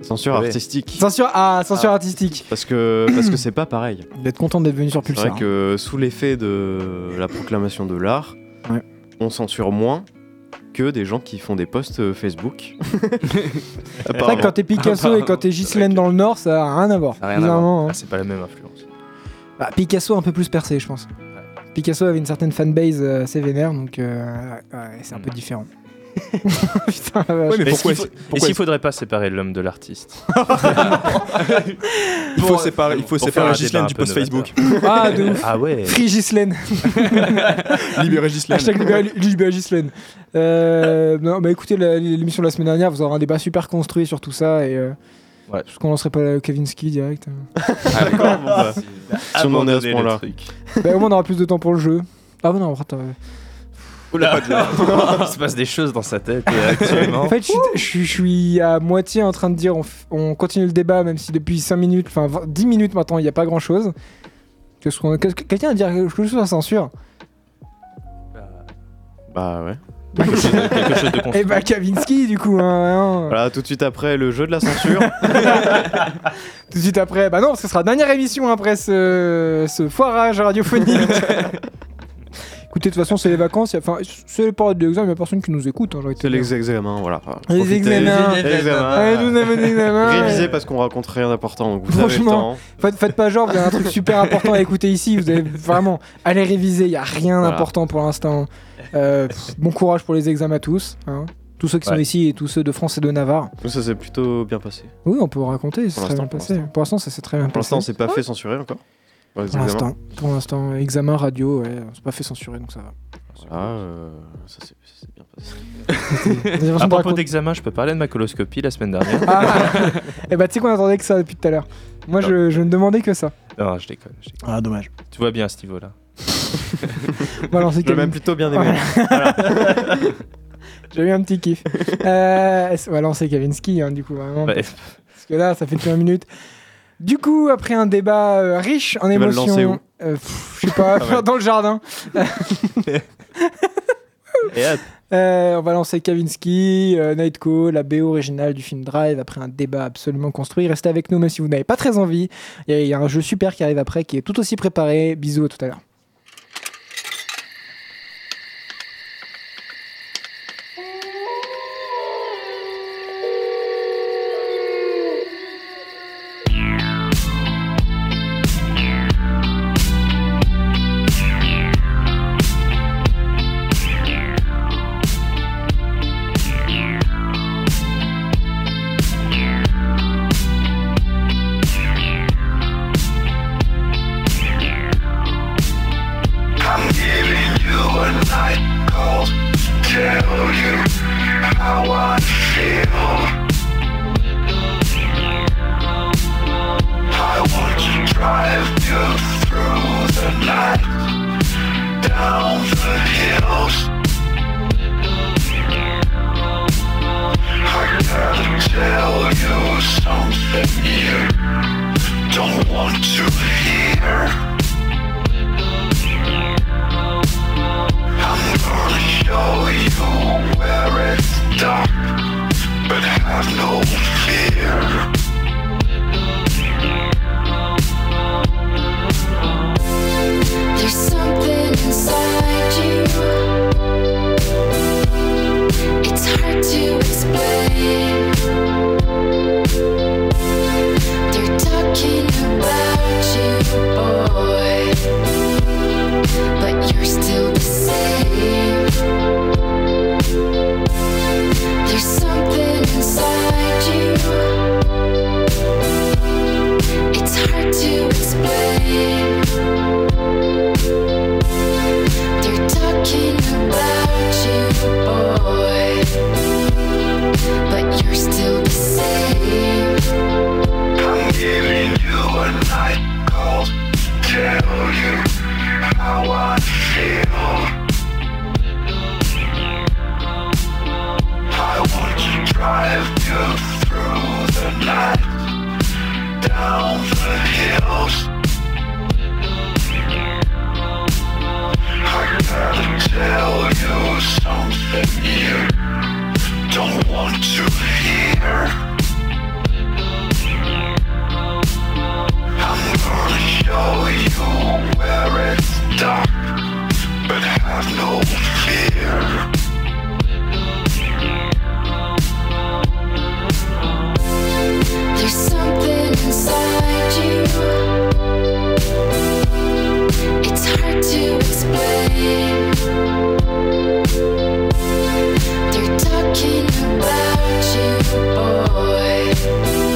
Speaker 4: Censure
Speaker 1: Ouais.
Speaker 4: artistique.
Speaker 1: Censure, ah, censure artistique.
Speaker 4: Parce que parce que c'est pas pareil.
Speaker 1: D'être content d'être venu sur
Speaker 4: C'est
Speaker 1: Pulsar. hein.
Speaker 4: vrai que sous l'effet de la proclamation de l'art,
Speaker 1: Ouais.
Speaker 4: on censure moins que des gens qui font des posts euh,
Speaker 1: [laughs]
Speaker 4: Facebook.
Speaker 1: C'est vrai que quand t'es Picasso et quand t'es Ghislaine dans le Nord, ça a rien à voir.
Speaker 3: Ça a rien à
Speaker 1: bizarrement,
Speaker 3: voir.
Speaker 1: hein.
Speaker 3: Ah, c'est pas la même influence.
Speaker 1: Bah, Picasso un peu plus percé, je pense. Picasso avait une certaine fanbase euh, assez vénère, donc euh, ouais, c'est un
Speaker 3: Mm. [laughs]
Speaker 1: peu différent. [laughs] Putain, la vache.
Speaker 3: Et s'il faut- Et s'il faudrait pas séparer l'homme de [laughs] l'artiste
Speaker 10: Il faut séparer, il faut
Speaker 3: Pour
Speaker 10: séparer
Speaker 3: faire un
Speaker 10: Ghislaine
Speaker 3: débat
Speaker 10: du
Speaker 3: un peu
Speaker 10: post Facebook.
Speaker 1: Ah, de ouf.
Speaker 3: [laughs] Ah ouais.
Speaker 1: Free Ghislaine.
Speaker 10: Libérez Ghislaine.
Speaker 1: Hashtag libéré- libéré Ghislaine. Euh, non, bah écoutez, la- l'émission de la semaine dernière, vous aurez un débat super construit sur tout ça et. euh,
Speaker 3: Ouais.
Speaker 1: Je commencerai pas le Kavinsky direct. hein.
Speaker 4: D'accord, bon, bah, si on en est à ce
Speaker 3: Abandonner le
Speaker 4: point-là.
Speaker 3: truc.
Speaker 1: bah, au moins, on aura plus de temps pour le jeu. Ah, bah non, attends.
Speaker 3: Oula, [laughs] il se passe des choses dans sa tête euh, actuellement.
Speaker 1: En fait, je suis- je suis- je suis à moitié en train de dire on, f- on continue le débat, même si depuis 5 minutes, enfin 20 10 minutes maintenant, il n'y a pas grand chose. Qu'est-ce qu'on- qu'est-ce que- Quelqu'un a dire quelque chose sur la censure
Speaker 4: Bah ouais.
Speaker 1: Quelque chose de,
Speaker 4: quelque
Speaker 1: [laughs]
Speaker 4: chose de
Speaker 1: Et
Speaker 4: construit.
Speaker 1: bah, Kavinsky, du coup. hein, hein.
Speaker 4: Voilà, tout de suite après le jeu de la
Speaker 1: [laughs]
Speaker 4: censure.
Speaker 1: Tout de suite après, bah non, parce que ce sera la dernière émission après ce, ce foirage radiophonique.
Speaker 4: [laughs]
Speaker 1: Écoutez, de toute façon, c'est les vacances, y a- enfin, c'est les périodes d'examen, il n'y a personne qui nous écoute. hein, j'ai envie de
Speaker 4: C'est
Speaker 1: te dire.
Speaker 4: les examens, voilà.
Speaker 1: Les
Speaker 4: Profitez.
Speaker 1: examens.
Speaker 4: Les examens.
Speaker 1: Allez, nous, on a des examens.
Speaker 4: Révisez parce qu'on raconte rien d'important. donc Vous avez le
Speaker 1: Franchement,
Speaker 4: temps.
Speaker 1: faites, faites pas genre, vous avez un truc super important à écouter ici. Vous avez vraiment, allez réviser, il n'y a rien
Speaker 4: Voilà.
Speaker 1: d'important pour l'instant. Euh, pff, bon courage pour les examens à tous. hein. Tous ceux qui sont
Speaker 4: Ouais.
Speaker 1: ici et tous ceux de France et de Navarre.
Speaker 4: Nous, ça s'est plutôt bien passé.
Speaker 1: Oui, on peut raconter,
Speaker 4: Pour
Speaker 1: ça s'est très bien
Speaker 4: l'instant, pour
Speaker 1: passé. Pour l'instant, ça s'est très bien
Speaker 4: Pour
Speaker 1: passé. Ah
Speaker 4: l'instant, on s'est pas fait censurer encore. Pour les
Speaker 1: Pour
Speaker 4: examens.
Speaker 1: l'instant, pour l'instant, examen radio, ouais, on s'est pas fait censurer donc ça va. [laughs]
Speaker 3: Ah,
Speaker 4: Voilà, euh, ça s'est ça s'est bien
Speaker 3: [laughs]
Speaker 4: passé.
Speaker 3: à propos d'examen, je peux parler de ma coloscopie la semaine dernière.
Speaker 1: Et bah tu sais qu'on attendait que ça depuis tout à l'heure.
Speaker 4: Ah.
Speaker 1: Moi, je, je ne demandais que ça.
Speaker 3: [laughs] Non, je déconne, je déconne.
Speaker 15: Ah, dommage.
Speaker 3: Tout va bien à ce [laughs] niveau-là.
Speaker 1: alors, c'est
Speaker 3: Je l'ai
Speaker 1: Camille.
Speaker 3: même plutôt bien aimé. [laughs]
Speaker 1: Voilà.
Speaker 3: Voilà.
Speaker 1: J'ai eu un petit kiff. Euh, on va lancer Kavinsky, hein, du coup, vraiment.
Speaker 3: Ouais.
Speaker 1: Parce que là, ça fait depuis 20 minutes. Du coup, après un débat euh, riche en
Speaker 4: Tu vas le
Speaker 1: émotions,
Speaker 4: lancer où
Speaker 1: euh, pff, je sais pas,
Speaker 4: Ah ouais.
Speaker 1: dans le jardin.
Speaker 3: Et hop.
Speaker 1: Euh, on va lancer Kavinsky, euh, Nightco, la BO originale du film Drive, après un débat absolument construit. Restez avec nous, même si vous n'avez pas très envie. Il y a- il y, a un jeu super qui arrive après, qui est tout aussi préparé. Bisous, à tout à l'heure.
Speaker 12: I'm giving you a night call to tell you how I feel. I want to drive you through the night, down the hills. I gotta tell you something you don't want to hear. I'm gonna show you where it's dark, but have no fear.
Speaker 16: There's something inside you. It's hard to explain. They're talking about you, boy. But you're still the same. There's something inside you. It's hard to explain. They're talking about you, boy, but you're still the same.
Speaker 12: I'm giving you a night call to tell you how I feel. I want to drive you through the night, down the hills. I gotta tell you something you don't want to hear. I'm gonna show you where it's dark, but have no fear.
Speaker 16: There's something inside you. It's hard to explain. They're talking about you, boy,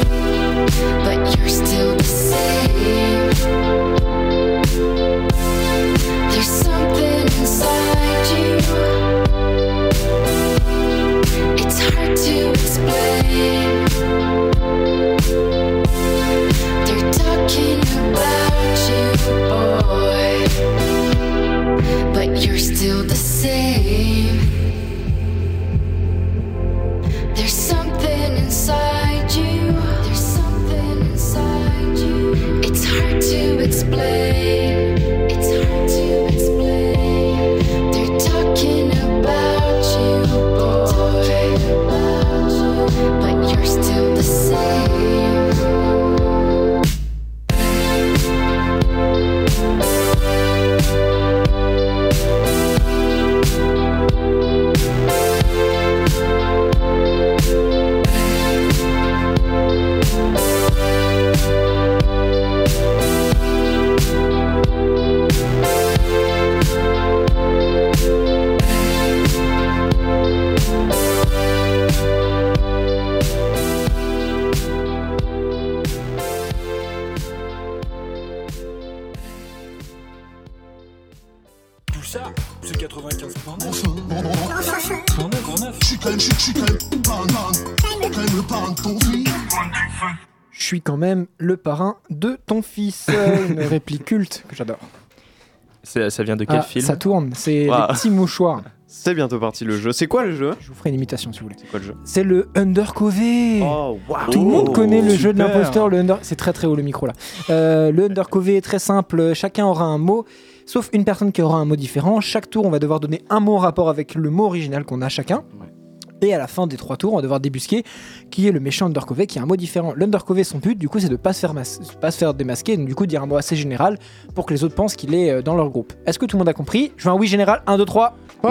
Speaker 1: Je suis quand même le parrain de
Speaker 3: [laughs]
Speaker 1: ton fils. Euh, Une réplique culte que j'adore.
Speaker 3: C'est- Ça vient de quel
Speaker 1: Ah,
Speaker 3: film
Speaker 1: Ça tourne, c'est
Speaker 3: Waouh.
Speaker 1: les petits mouchoirs.
Speaker 4: C'est bientôt parti le jeu. C'est quoi le jeu
Speaker 1: Je vous ferai une imitation si vous voulez.
Speaker 4: C'est quoi le jeu
Speaker 1: C'est le Undercover. Tout le monde connaît le jeu de
Speaker 4: Super.
Speaker 1: l'imposteur. Le under... C'est très très haut le micro là. Euh, le Undercover est très simple. Chacun aura un mot, sauf une personne qui aura un mot différent. Chaque tour, on va devoir donner un mot en rapport avec le mot original qu'on a chacun. Et à la fin des trois tours, on va devoir débusquer qui est le méchant undercover qui a un mot différent. L'undercover, son but, du coup, c'est de pas se faire mas- pas se faire démasquer, donc du coup, dire un mot assez général pour que les autres pensent qu'il est euh, dans leur groupe. Est-ce que tout le monde a compris Je veux un oui général. 1, 2, 3. Ok.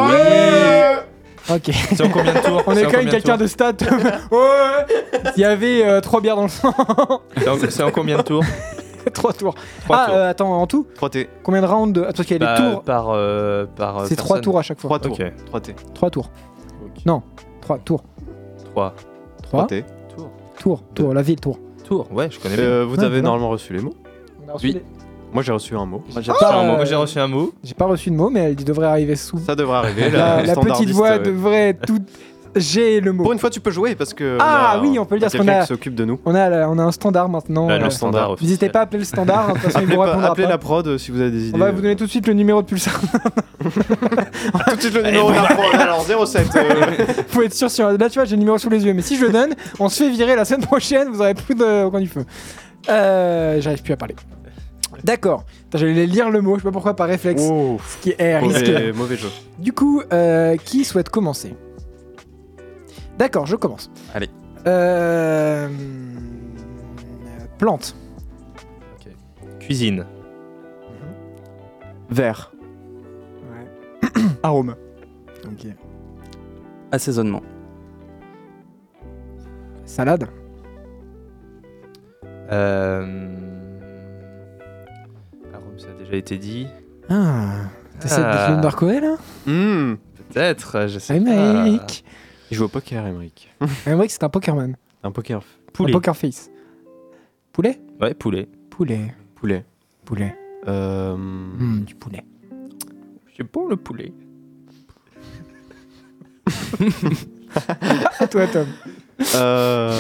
Speaker 3: C'est en combien de tours
Speaker 1: [laughs] On
Speaker 3: C'est
Speaker 1: est
Speaker 3: en combien
Speaker 1: quand même
Speaker 3: de
Speaker 1: quelqu'un
Speaker 3: tours
Speaker 1: de stats. [laughs] Ouais. Il y avait euh, trois bières dans le sang. [laughs]
Speaker 3: C'est en- C'est en combien de tours
Speaker 1: trois tours.
Speaker 3: Trois
Speaker 1: ah,
Speaker 3: tours.
Speaker 1: euh, attends, en tout
Speaker 4: 3 T.
Speaker 1: Combien de rounds de... Ah, toi, qu'il y a
Speaker 3: Bah,
Speaker 1: des tours.
Speaker 3: par, euh, par euh,
Speaker 1: C'est trois
Speaker 3: personne.
Speaker 1: tours à chaque
Speaker 3: 3
Speaker 1: fois.
Speaker 3: tours.
Speaker 1: Ok.
Speaker 4: 3 T.
Speaker 1: Trois tours. Non, trois tours.
Speaker 3: 3.
Speaker 1: Trois.
Speaker 4: T.
Speaker 1: Tour, tour, la ville, tour.
Speaker 3: Tours, ouais, je connais
Speaker 4: Euh,
Speaker 3: bien.
Speaker 4: vous
Speaker 1: Ouais,
Speaker 4: avez
Speaker 1: voilà.
Speaker 4: normalement reçu les mots
Speaker 1: reçu Oui. les-
Speaker 4: Moi j'ai reçu un mot.
Speaker 3: Moi
Speaker 1: j'ai reçu Ah, un mot.
Speaker 3: Moi, j'ai reçu un mot.
Speaker 1: J'ai pas reçu de mot, mais elle dit devrait arriver sous.
Speaker 4: Ça devrait arriver.
Speaker 1: La,
Speaker 4: là,
Speaker 1: la petite
Speaker 4: standardiste,
Speaker 1: voix
Speaker 4: euh,
Speaker 1: devrait tout. J'ai le mot. Pour
Speaker 4: une fois, tu peux jouer parce que.
Speaker 1: Ah
Speaker 4: on a-
Speaker 1: oui, on peut le dire parce qu'on
Speaker 4: quelqu'un
Speaker 1: a.
Speaker 4: qui s'occupe de nous.
Speaker 1: On a, la- on a un standard maintenant.
Speaker 4: Bah, le
Speaker 1: euh,
Speaker 4: standard officiel.
Speaker 1: N'hésitez pas à appeler le standard. hein, de toute façon, il
Speaker 4: Appelez,
Speaker 1: vous
Speaker 4: pas-
Speaker 1: répondra
Speaker 4: appelez
Speaker 1: pas.
Speaker 4: la prod euh, si vous avez des idées.
Speaker 1: On va vous donner tout de suite le numéro de Pulsar.
Speaker 4: [laughs] tout de suite le
Speaker 3: Eh,
Speaker 4: numéro de la prod. Alors 07.
Speaker 1: [laughs]
Speaker 4: euh,
Speaker 1: Faut être sûr. sur- Là, tu vois, j'ai le numéro sous les yeux. Mais si je le donne, on se fait virer la semaine prochaine. Vous aurez plus de. au coin du feu. Euh, J'arrive plus à parler. D'accord. Attends, J'allais lire le mot. Je sais pas pourquoi par réflexe. Ce qui est risqué.
Speaker 4: mauvais, mauvais jeu.
Speaker 1: Du coup, euh, qui souhaite commencer D'accord, je commence.
Speaker 3: Allez.
Speaker 1: Euh, Plante.
Speaker 3: Cuisine.
Speaker 10: Vert. [clears throat] Arôme. Ok.
Speaker 8: Assaisonnement.
Speaker 1: Salade.
Speaker 3: Euh... Arôme, ça a déjà été dit.
Speaker 1: Ah. T'essaies
Speaker 3: Ah.
Speaker 1: d'être le
Speaker 3: [laughs]
Speaker 1: Narcoé, là
Speaker 4: Hmm.
Speaker 3: Peut-être, je sais
Speaker 1: Émeric.
Speaker 4: Il joue au poker, Émeric.
Speaker 1: Aimerait que c'est un Pokémon.
Speaker 4: Un poker. f-
Speaker 1: Un Poker Face. Poulet
Speaker 3: Ouais, poulet.
Speaker 1: Poulet.
Speaker 4: Poulet.
Speaker 1: Poulet. Hmm,
Speaker 4: Euh...
Speaker 1: du poulet.
Speaker 3: C'est bon le poulet.
Speaker 1: À toi, Tom.
Speaker 4: Euh...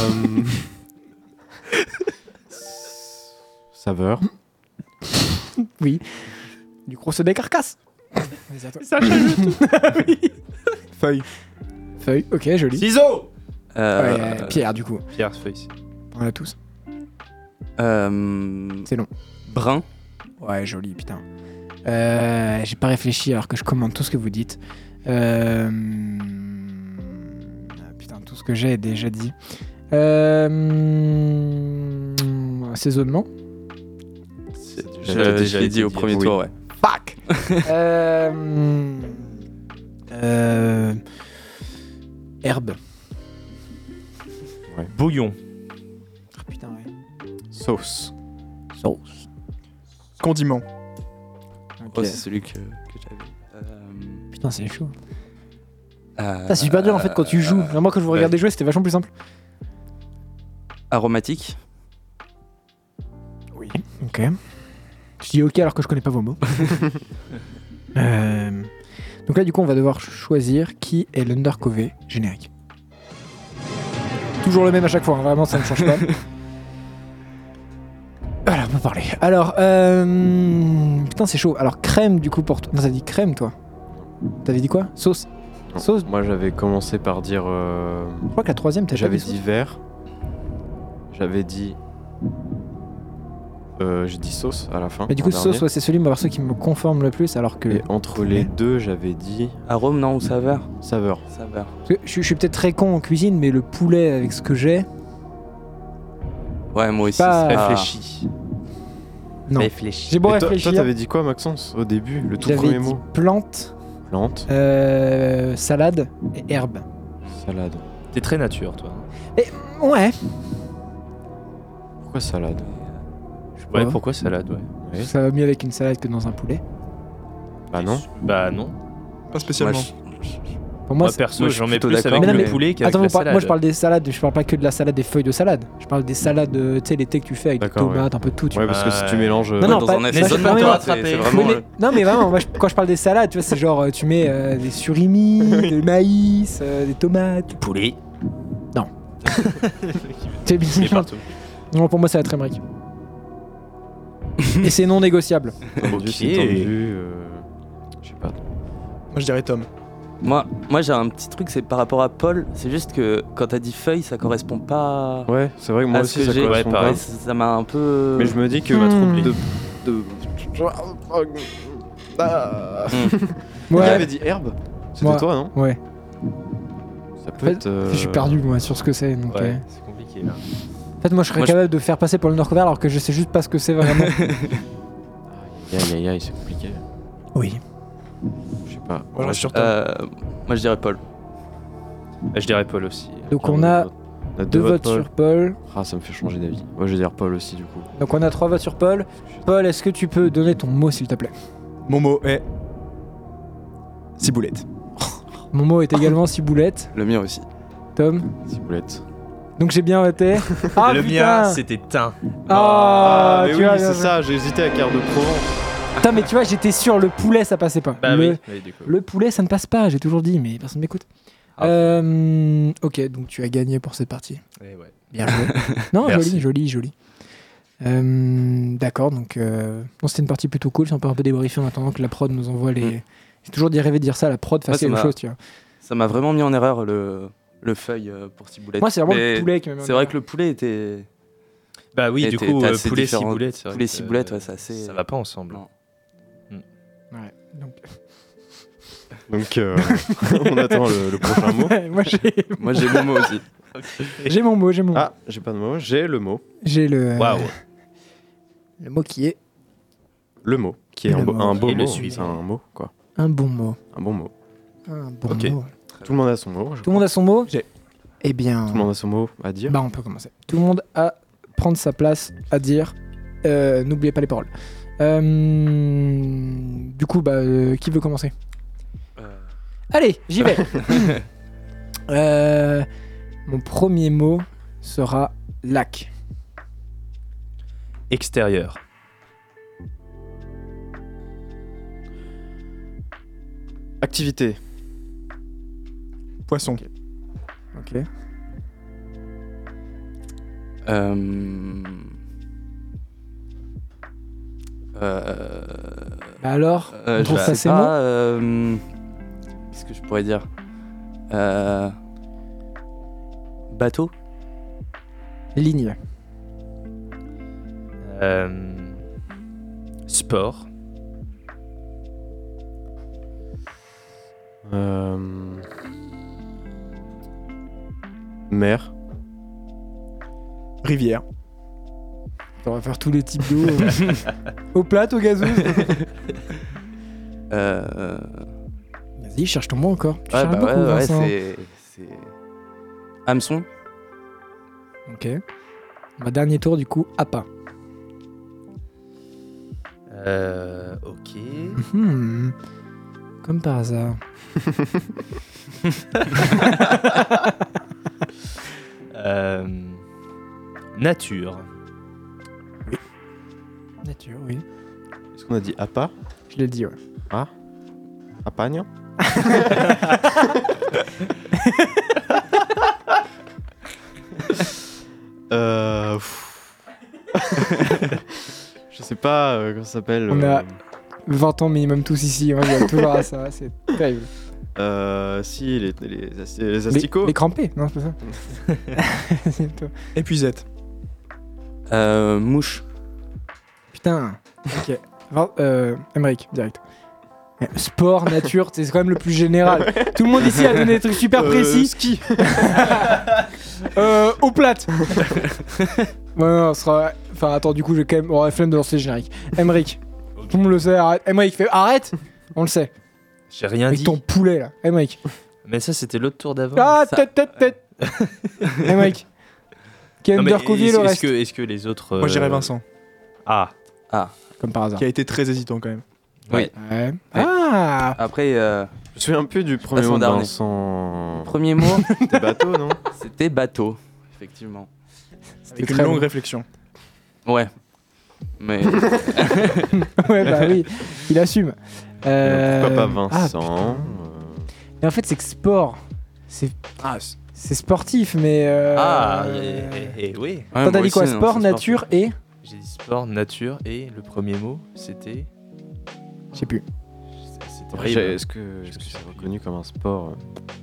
Speaker 4: Saveur.
Speaker 1: Oui. Du gros des carcasses. Vas-y, à toi.
Speaker 3: Ça change
Speaker 1: Feuille. Feuille, ok, joli.
Speaker 3: Ciseaux
Speaker 8: Euh,
Speaker 1: Ouais, euh, Pierre, du coup.
Speaker 3: Pierre, feuille.
Speaker 1: On l'a tous. C'est long.
Speaker 8: Euh, Brun.
Speaker 1: Ouais, joli, putain. Euh, J'ai pas réfléchi alors que je commande tout ce que vous dites. Euh, Putain, tout ce que j'ai est déjà dit. Euh, Assaisonnement.
Speaker 8: Je l'ai dit, au premier tour, ouais.
Speaker 1: Fuck euh... euh, Herbe.
Speaker 3: Bouillon.
Speaker 1: Ah, Putain, ouais.
Speaker 4: Sauce.
Speaker 1: Sauce.
Speaker 10: Condiment.
Speaker 8: Oh, c'est celui que, que j'avais. Euh,
Speaker 1: Putain, c'est chaud.
Speaker 8: euh,
Speaker 1: Ça, c'est super dur en fait quand tu joues. Moi, quand je vous
Speaker 8: ouais.
Speaker 1: regardais jouer, c'était vachement plus simple.
Speaker 8: Aromatique.
Speaker 1: Ok. Je dis ok alors que je connais pas vos mots. Euh, Donc là, du coup, on va devoir ch- choisir qui est l'undercover générique. Toujours le même à chaque fois, hein, vraiment, ça ne change pas. Alors, on peut parler. Alors, euh... putain, c'est chaud. Alors, crème, du coup, pour toi. Non, t'as dit crème, toi. T'avais dit quoi Sauce
Speaker 4: Non,
Speaker 1: Sauce
Speaker 4: Moi j'avais commencé par dire. euh,
Speaker 1: Je crois que la troisième, t'as
Speaker 4: J'avais
Speaker 1: jamais
Speaker 4: dit vert. J'avais dit. Euh, J'ai dit sauce à la fin.
Speaker 1: Mais du
Speaker 4: en
Speaker 1: coup,
Speaker 4: dernier.
Speaker 1: sauce, ouais, c'est celui moi, perso, qui me conforme le plus, alors que.
Speaker 4: Et entre les deux, j'avais dit.
Speaker 8: Arôme, non, ou saveur
Speaker 4: Saveur.
Speaker 8: Saveur.
Speaker 1: Parce que Je, je suis peut-être très con en cuisine, mais le poulet avec ce que j'ai.
Speaker 8: Ouais, moi aussi,
Speaker 1: Pas- Ah.
Speaker 8: c'est réfléchi.
Speaker 1: Non.
Speaker 8: Réfléchi.
Speaker 1: J'ai beau
Speaker 4: Et toi-
Speaker 1: réfléchir.
Speaker 4: Toi, t'avais dit quoi, Maxence, au début Le tout
Speaker 1: J'avais
Speaker 4: premier
Speaker 1: dit
Speaker 4: mot
Speaker 1: plante,
Speaker 4: Plante,
Speaker 1: euh, salade et herbe.
Speaker 4: salade.
Speaker 3: T'es très nature, toi.
Speaker 1: Ouais.
Speaker 4: Pourquoi salade
Speaker 3: Ouais,
Speaker 1: pas.
Speaker 3: pourquoi salade, ouais.
Speaker 4: Oui.
Speaker 1: Ça va mieux avec une salade que dans un poulet.
Speaker 4: Bah non.
Speaker 3: Bah non.
Speaker 10: Pas spécialement.
Speaker 1: Pour moi,
Speaker 3: Moi,
Speaker 1: c'est-
Speaker 3: perso, j'en mets plus
Speaker 1: Mais
Speaker 3: avec
Speaker 1: non,
Speaker 3: le
Speaker 1: mais-
Speaker 3: poulet qu'avec
Speaker 1: Attends,
Speaker 3: la
Speaker 1: vous parlez-
Speaker 3: salade.
Speaker 1: moi je parle des salades, je parle pas que de la salade des feuilles de salade. Je parle des salades, euh, tu sais, l'été que tu fais avec des
Speaker 4: D'accord, ouais.
Speaker 1: tomates, un peu de tout. Tu
Speaker 4: Ouais,
Speaker 1: vois.
Speaker 4: parce que si tu mélanges. euh,
Speaker 1: Non, non,
Speaker 8: dans
Speaker 1: pas-
Speaker 8: un
Speaker 1: ça,
Speaker 8: assaisonnement,
Speaker 1: c'est pas
Speaker 8: toi,
Speaker 1: mélange.
Speaker 8: c'est- c'est
Speaker 1: Mais
Speaker 8: vraiment,
Speaker 1: les-
Speaker 8: euh,
Speaker 1: Non, mais vraiment, moi, je- quand je parle des salades, tu vois, c'est genre, euh, tu mets euh, des surimis, du maïs, euh, des tomates. [laughs]
Speaker 3: Poulet.
Speaker 1: Non. T'es bien.
Speaker 4: Il est partout.
Speaker 1: Non, pour moi, ça va être Emmerich. Et c'est non négociable.
Speaker 8: Ah,
Speaker 4: Tendu, c'est tendu. euh, Je sais pas.
Speaker 10: Moi, je dirais Tom.
Speaker 8: Moi, moi j'ai un petit truc, c'est par rapport à Paul, c'est juste que quand t'as dit feuille, ça correspond pas.
Speaker 4: Ouais, c'est vrai que moi
Speaker 8: à
Speaker 4: aussi,
Speaker 8: ce que
Speaker 4: ça
Speaker 8: j'ai.
Speaker 4: correspond
Speaker 8: pareil,
Speaker 4: pas.
Speaker 8: ça ça m'a un peu. euh,
Speaker 4: Mais je me dis que va
Speaker 1: Hmm.
Speaker 4: de, de- Ah. Qui
Speaker 1: Ouais.
Speaker 4: avait dit herbe C'était
Speaker 1: Moi.
Speaker 4: toi, non
Speaker 1: Ouais.
Speaker 4: Ça
Speaker 1: En
Speaker 4: peut
Speaker 1: fait,
Speaker 4: être. euh,
Speaker 1: Je suis perdu, moi, sur ce que c'est. donc, euh,
Speaker 4: Ouais, c'est compliqué. là.
Speaker 1: En fait, moi, je serais
Speaker 4: Moi, je-
Speaker 1: capable de faire passer pour le Nord alors que je sais juste pas ce que c'est vraiment.
Speaker 4: Aïe aïe aïe, c'est compliqué.
Speaker 1: Oui.
Speaker 4: Je sais pas.
Speaker 1: Moi, je reste sur Tom.
Speaker 8: Euh, moi je dirais Paul.
Speaker 3: Je dirais Paul aussi.
Speaker 8: Ah,
Speaker 1: Donc, on a
Speaker 4: On a
Speaker 1: deux votes sur Paul.
Speaker 4: Ah, ça me fait changer d'avis. Moi, je vais dire Paul aussi, du coup.
Speaker 1: Donc, on a trois votes sur Paul. Paul, est-ce que tu peux donner ton mot, s'il te plaît
Speaker 10: Mon mot est. Ciboulette.
Speaker 1: Mon mot est également [laughs] ciboulette.
Speaker 8: Le mien aussi.
Speaker 1: Tom
Speaker 4: Ciboulette.
Speaker 1: Donc, j'ai bien voté. Ah,
Speaker 3: le
Speaker 1: putain
Speaker 3: mien, c'était teint.
Speaker 1: Ah,
Speaker 4: mais
Speaker 1: tu
Speaker 4: oui,
Speaker 1: vois, bien
Speaker 4: c'est
Speaker 1: joué.
Speaker 4: ça, j'ai hésité à Cœur de Provence.
Speaker 1: Putain, mais tu vois, j'étais sûr, le poulet, ça passait pas.
Speaker 4: Bah
Speaker 1: le,
Speaker 4: oui, oui, du coup.
Speaker 1: le poulet, ça ne passe pas, j'ai toujours dit, mais personne m'écoute. Euh, ok, donc tu as gagné pour cette partie. Bien joué. non,
Speaker 12: Merci.
Speaker 1: joli, joli, joli. Euh, D'accord, donc euh, non, c'était une partie plutôt cool. Si on peut un peu débriefer en attendant que la prod nous envoie les. J'ai toujours dit rêver de dire ça, la prod
Speaker 8: Moi,
Speaker 1: face
Speaker 8: ça
Speaker 1: à une
Speaker 8: m'a-
Speaker 1: chose, tu vois.
Speaker 8: Ça m'a vraiment mis en erreur le, le feuille euh, pour ciboulette.
Speaker 1: Moi, c'est vraiment le
Speaker 8: Mais
Speaker 1: poulet qui m'a mis en
Speaker 8: C'est vrai que le poulet était.
Speaker 3: Bah oui, du
Speaker 8: était-
Speaker 3: coup,
Speaker 8: était
Speaker 3: euh,
Speaker 8: assez
Speaker 3: poulet,
Speaker 8: différent.
Speaker 3: ciboulette, c'est vrai
Speaker 8: Poulet,
Speaker 3: que,
Speaker 8: ciboulette,
Speaker 3: euh,
Speaker 8: ouais, c'est assez.
Speaker 3: ça va pas ensemble.
Speaker 8: Non.
Speaker 1: Ouais, donc.
Speaker 4: Donc, euh, [laughs] on attend le, le prochain mot.
Speaker 1: Ouais, moi, j'ai-
Speaker 4: Moi, j'ai mon mot aussi.
Speaker 1: J'ai mon mot, j'ai mon mot.
Speaker 4: Ah, j'ai pas de mot, j'ai le mot.
Speaker 1: J'ai le.
Speaker 4: Waouh.
Speaker 1: Le mot qui est
Speaker 4: Le mot, qui est
Speaker 1: Le
Speaker 4: un, beau-
Speaker 1: mot.
Speaker 4: un beau
Speaker 1: Et
Speaker 4: mot.
Speaker 1: le
Speaker 4: C'est un mot, quoi.
Speaker 1: un bon mot.
Speaker 4: Un bon mot.
Speaker 1: Un bon
Speaker 4: Ok.
Speaker 1: mot.
Speaker 4: Tout le monde a son mot. je-
Speaker 1: Tout le monde a son mot Eh bien.
Speaker 4: Tout le monde a son mot à dire.
Speaker 1: Bah, on peut commencer. Tout le monde à prendre sa place, à dire. euh, N'oubliez pas les paroles. Euh, du coup, bah, euh, qui veut commencer Allez, j'y
Speaker 10: [laughs]
Speaker 1: vais. Euh, mon premier mot sera lac.
Speaker 3: Extérieur.
Speaker 4: Activité.
Speaker 10: Poisson.
Speaker 1: Ok.
Speaker 8: Euh... Euh...
Speaker 1: Bah alors,
Speaker 8: euh,
Speaker 1: on trouve
Speaker 8: je
Speaker 1: ça
Speaker 8: sais
Speaker 1: ces
Speaker 8: pas,
Speaker 1: mots
Speaker 8: euh, Qu'est-ce que je pourrais dire Euh, Bateau
Speaker 1: Ligne.
Speaker 3: Euh, Sport.
Speaker 4: Euh... Mer.
Speaker 10: Rivière.
Speaker 1: On va faire tous les types d'eau. euh,
Speaker 10: [laughs]
Speaker 1: au plat, au gazeux.
Speaker 8: Euh...
Speaker 1: Vas-y, cherche ton mot encore. Tu
Speaker 8: Ouais,
Speaker 1: cherches
Speaker 8: bah
Speaker 1: beaucoup,
Speaker 8: ouais, ouais,
Speaker 1: Vincent.
Speaker 8: c'est... c'est... Hameçon
Speaker 1: Ok. Ma dernier tour, du coup, à pas.
Speaker 3: Euh,
Speaker 10: [laughs]
Speaker 3: ok.
Speaker 1: Hmm. Comme par [laughs] hasard.
Speaker 3: Euh, nature.
Speaker 1: Nature, oui.
Speaker 4: Est-ce qu'on a dit APA
Speaker 1: Je l'ai dit, ouais.
Speaker 4: Ah
Speaker 1: [laughs]
Speaker 4: Apagne Euh. pff. [laughs] Je sais pas euh, comment ça s'appelle.
Speaker 1: On
Speaker 4: euh,
Speaker 1: a 20 ans minimum tous ici. hein, On regarde toujours à ça. C'est terrible.
Speaker 4: Euh. Si, les, les, les, [laughs] les
Speaker 1: Les,
Speaker 4: asticots.
Speaker 1: les crampés, non, c'est pas ça.
Speaker 4: [laughs]
Speaker 1: [laughs] C'est toi.
Speaker 10: Épuisette.
Speaker 8: Euh, Mouche
Speaker 1: Putain. Ok. Vin- euh, Emmerich, direct. Euh, Sport, nature, c'est quand même le plus général.
Speaker 4: [laughs]
Speaker 1: Tout le monde ici a donné des trucs super
Speaker 4: Euh,
Speaker 1: précis.
Speaker 4: ski.
Speaker 1: euh, au plate. [laughs] ouais, non, on sera. Enfin, attends, du coup, j'ai quand même. On aura la flemme de lancer le générique. Emmerich. Tout le monde le sait, arrête. Emmerich fait arrête On le sait.
Speaker 3: J'ai rien
Speaker 1: Avec
Speaker 3: dit.
Speaker 1: ton poulet là. Emmerich.
Speaker 3: Mais ça, c'était l'autre tour d'avant.
Speaker 1: Ah,
Speaker 3: Ça-
Speaker 1: tête, tête, tête Emmerich.
Speaker 3: Non,
Speaker 1: Ken
Speaker 3: mais
Speaker 1: Durkovier,
Speaker 3: est-ce-
Speaker 1: le
Speaker 3: Est-ce
Speaker 1: reste.
Speaker 3: que, est-ce que les autres.
Speaker 10: Moi, j'irais
Speaker 3: euh,
Speaker 10: Vincent.
Speaker 3: Ah.
Speaker 8: Ah.
Speaker 1: Comme par hasard.
Speaker 10: Qui a été très hésitant quand même.
Speaker 8: Oui.
Speaker 1: Ouais. Ah
Speaker 8: Après, euh,
Speaker 4: Je me souviens plus du premier
Speaker 8: son
Speaker 4: mot de
Speaker 8: dernier.
Speaker 4: Vincent.
Speaker 8: premier mot,
Speaker 4: [laughs] C'était bateau, non
Speaker 8: c'était bateau, effectivement.
Speaker 10: Avec une
Speaker 1: très
Speaker 10: longue
Speaker 1: bon.
Speaker 10: réflexion.
Speaker 8: Ouais. Mais...
Speaker 1: [laughs] ouais, bah oui, il assume. Euh,
Speaker 4: Pourquoi pas
Speaker 1: ah,
Speaker 4: Vincent
Speaker 1: putain. Mais en fait, c'est que sport, c'est. C'est sportif, mais. euh,
Speaker 3: Ah, et, oui.
Speaker 1: T'en as dit quoi
Speaker 4: hein,
Speaker 1: Sport, nature et.
Speaker 3: J'ai dit sport, nature et le premier mot, c'était.
Speaker 1: Je sais plus.
Speaker 3: C'était
Speaker 4: Après,
Speaker 3: horrible.
Speaker 4: j'ai- est-ce que est-ce que c'est reconnu comme un sport euh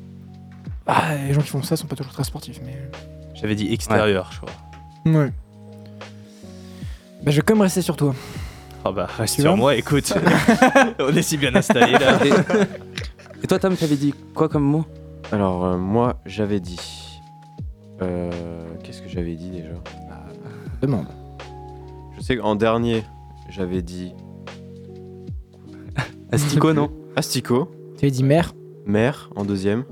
Speaker 1: Ah, les gens qui font ça sont pas toujours très sportifs, mais.
Speaker 3: J'avais dit extérieur, je crois.
Speaker 1: Ouais. Bah, je vais quand même rester sur toi.
Speaker 3: Ah bah, reste
Speaker 1: Tu
Speaker 3: sur
Speaker 1: vois
Speaker 3: moi,
Speaker 4: [laughs]
Speaker 3: écoute. On est si bien installés là.
Speaker 8: Et toi, Tom, t'avais dit quoi comme mot
Speaker 4: euh Alors, euh, moi, j'avais dit. euh, Qu'est-ce que j'avais dit déjà
Speaker 1: Demande.
Speaker 4: Je sais qu'en dernier, j'avais dit.
Speaker 8: Astico, non
Speaker 4: Astico.
Speaker 1: Tu avais dit mère
Speaker 4: Mère en deuxième.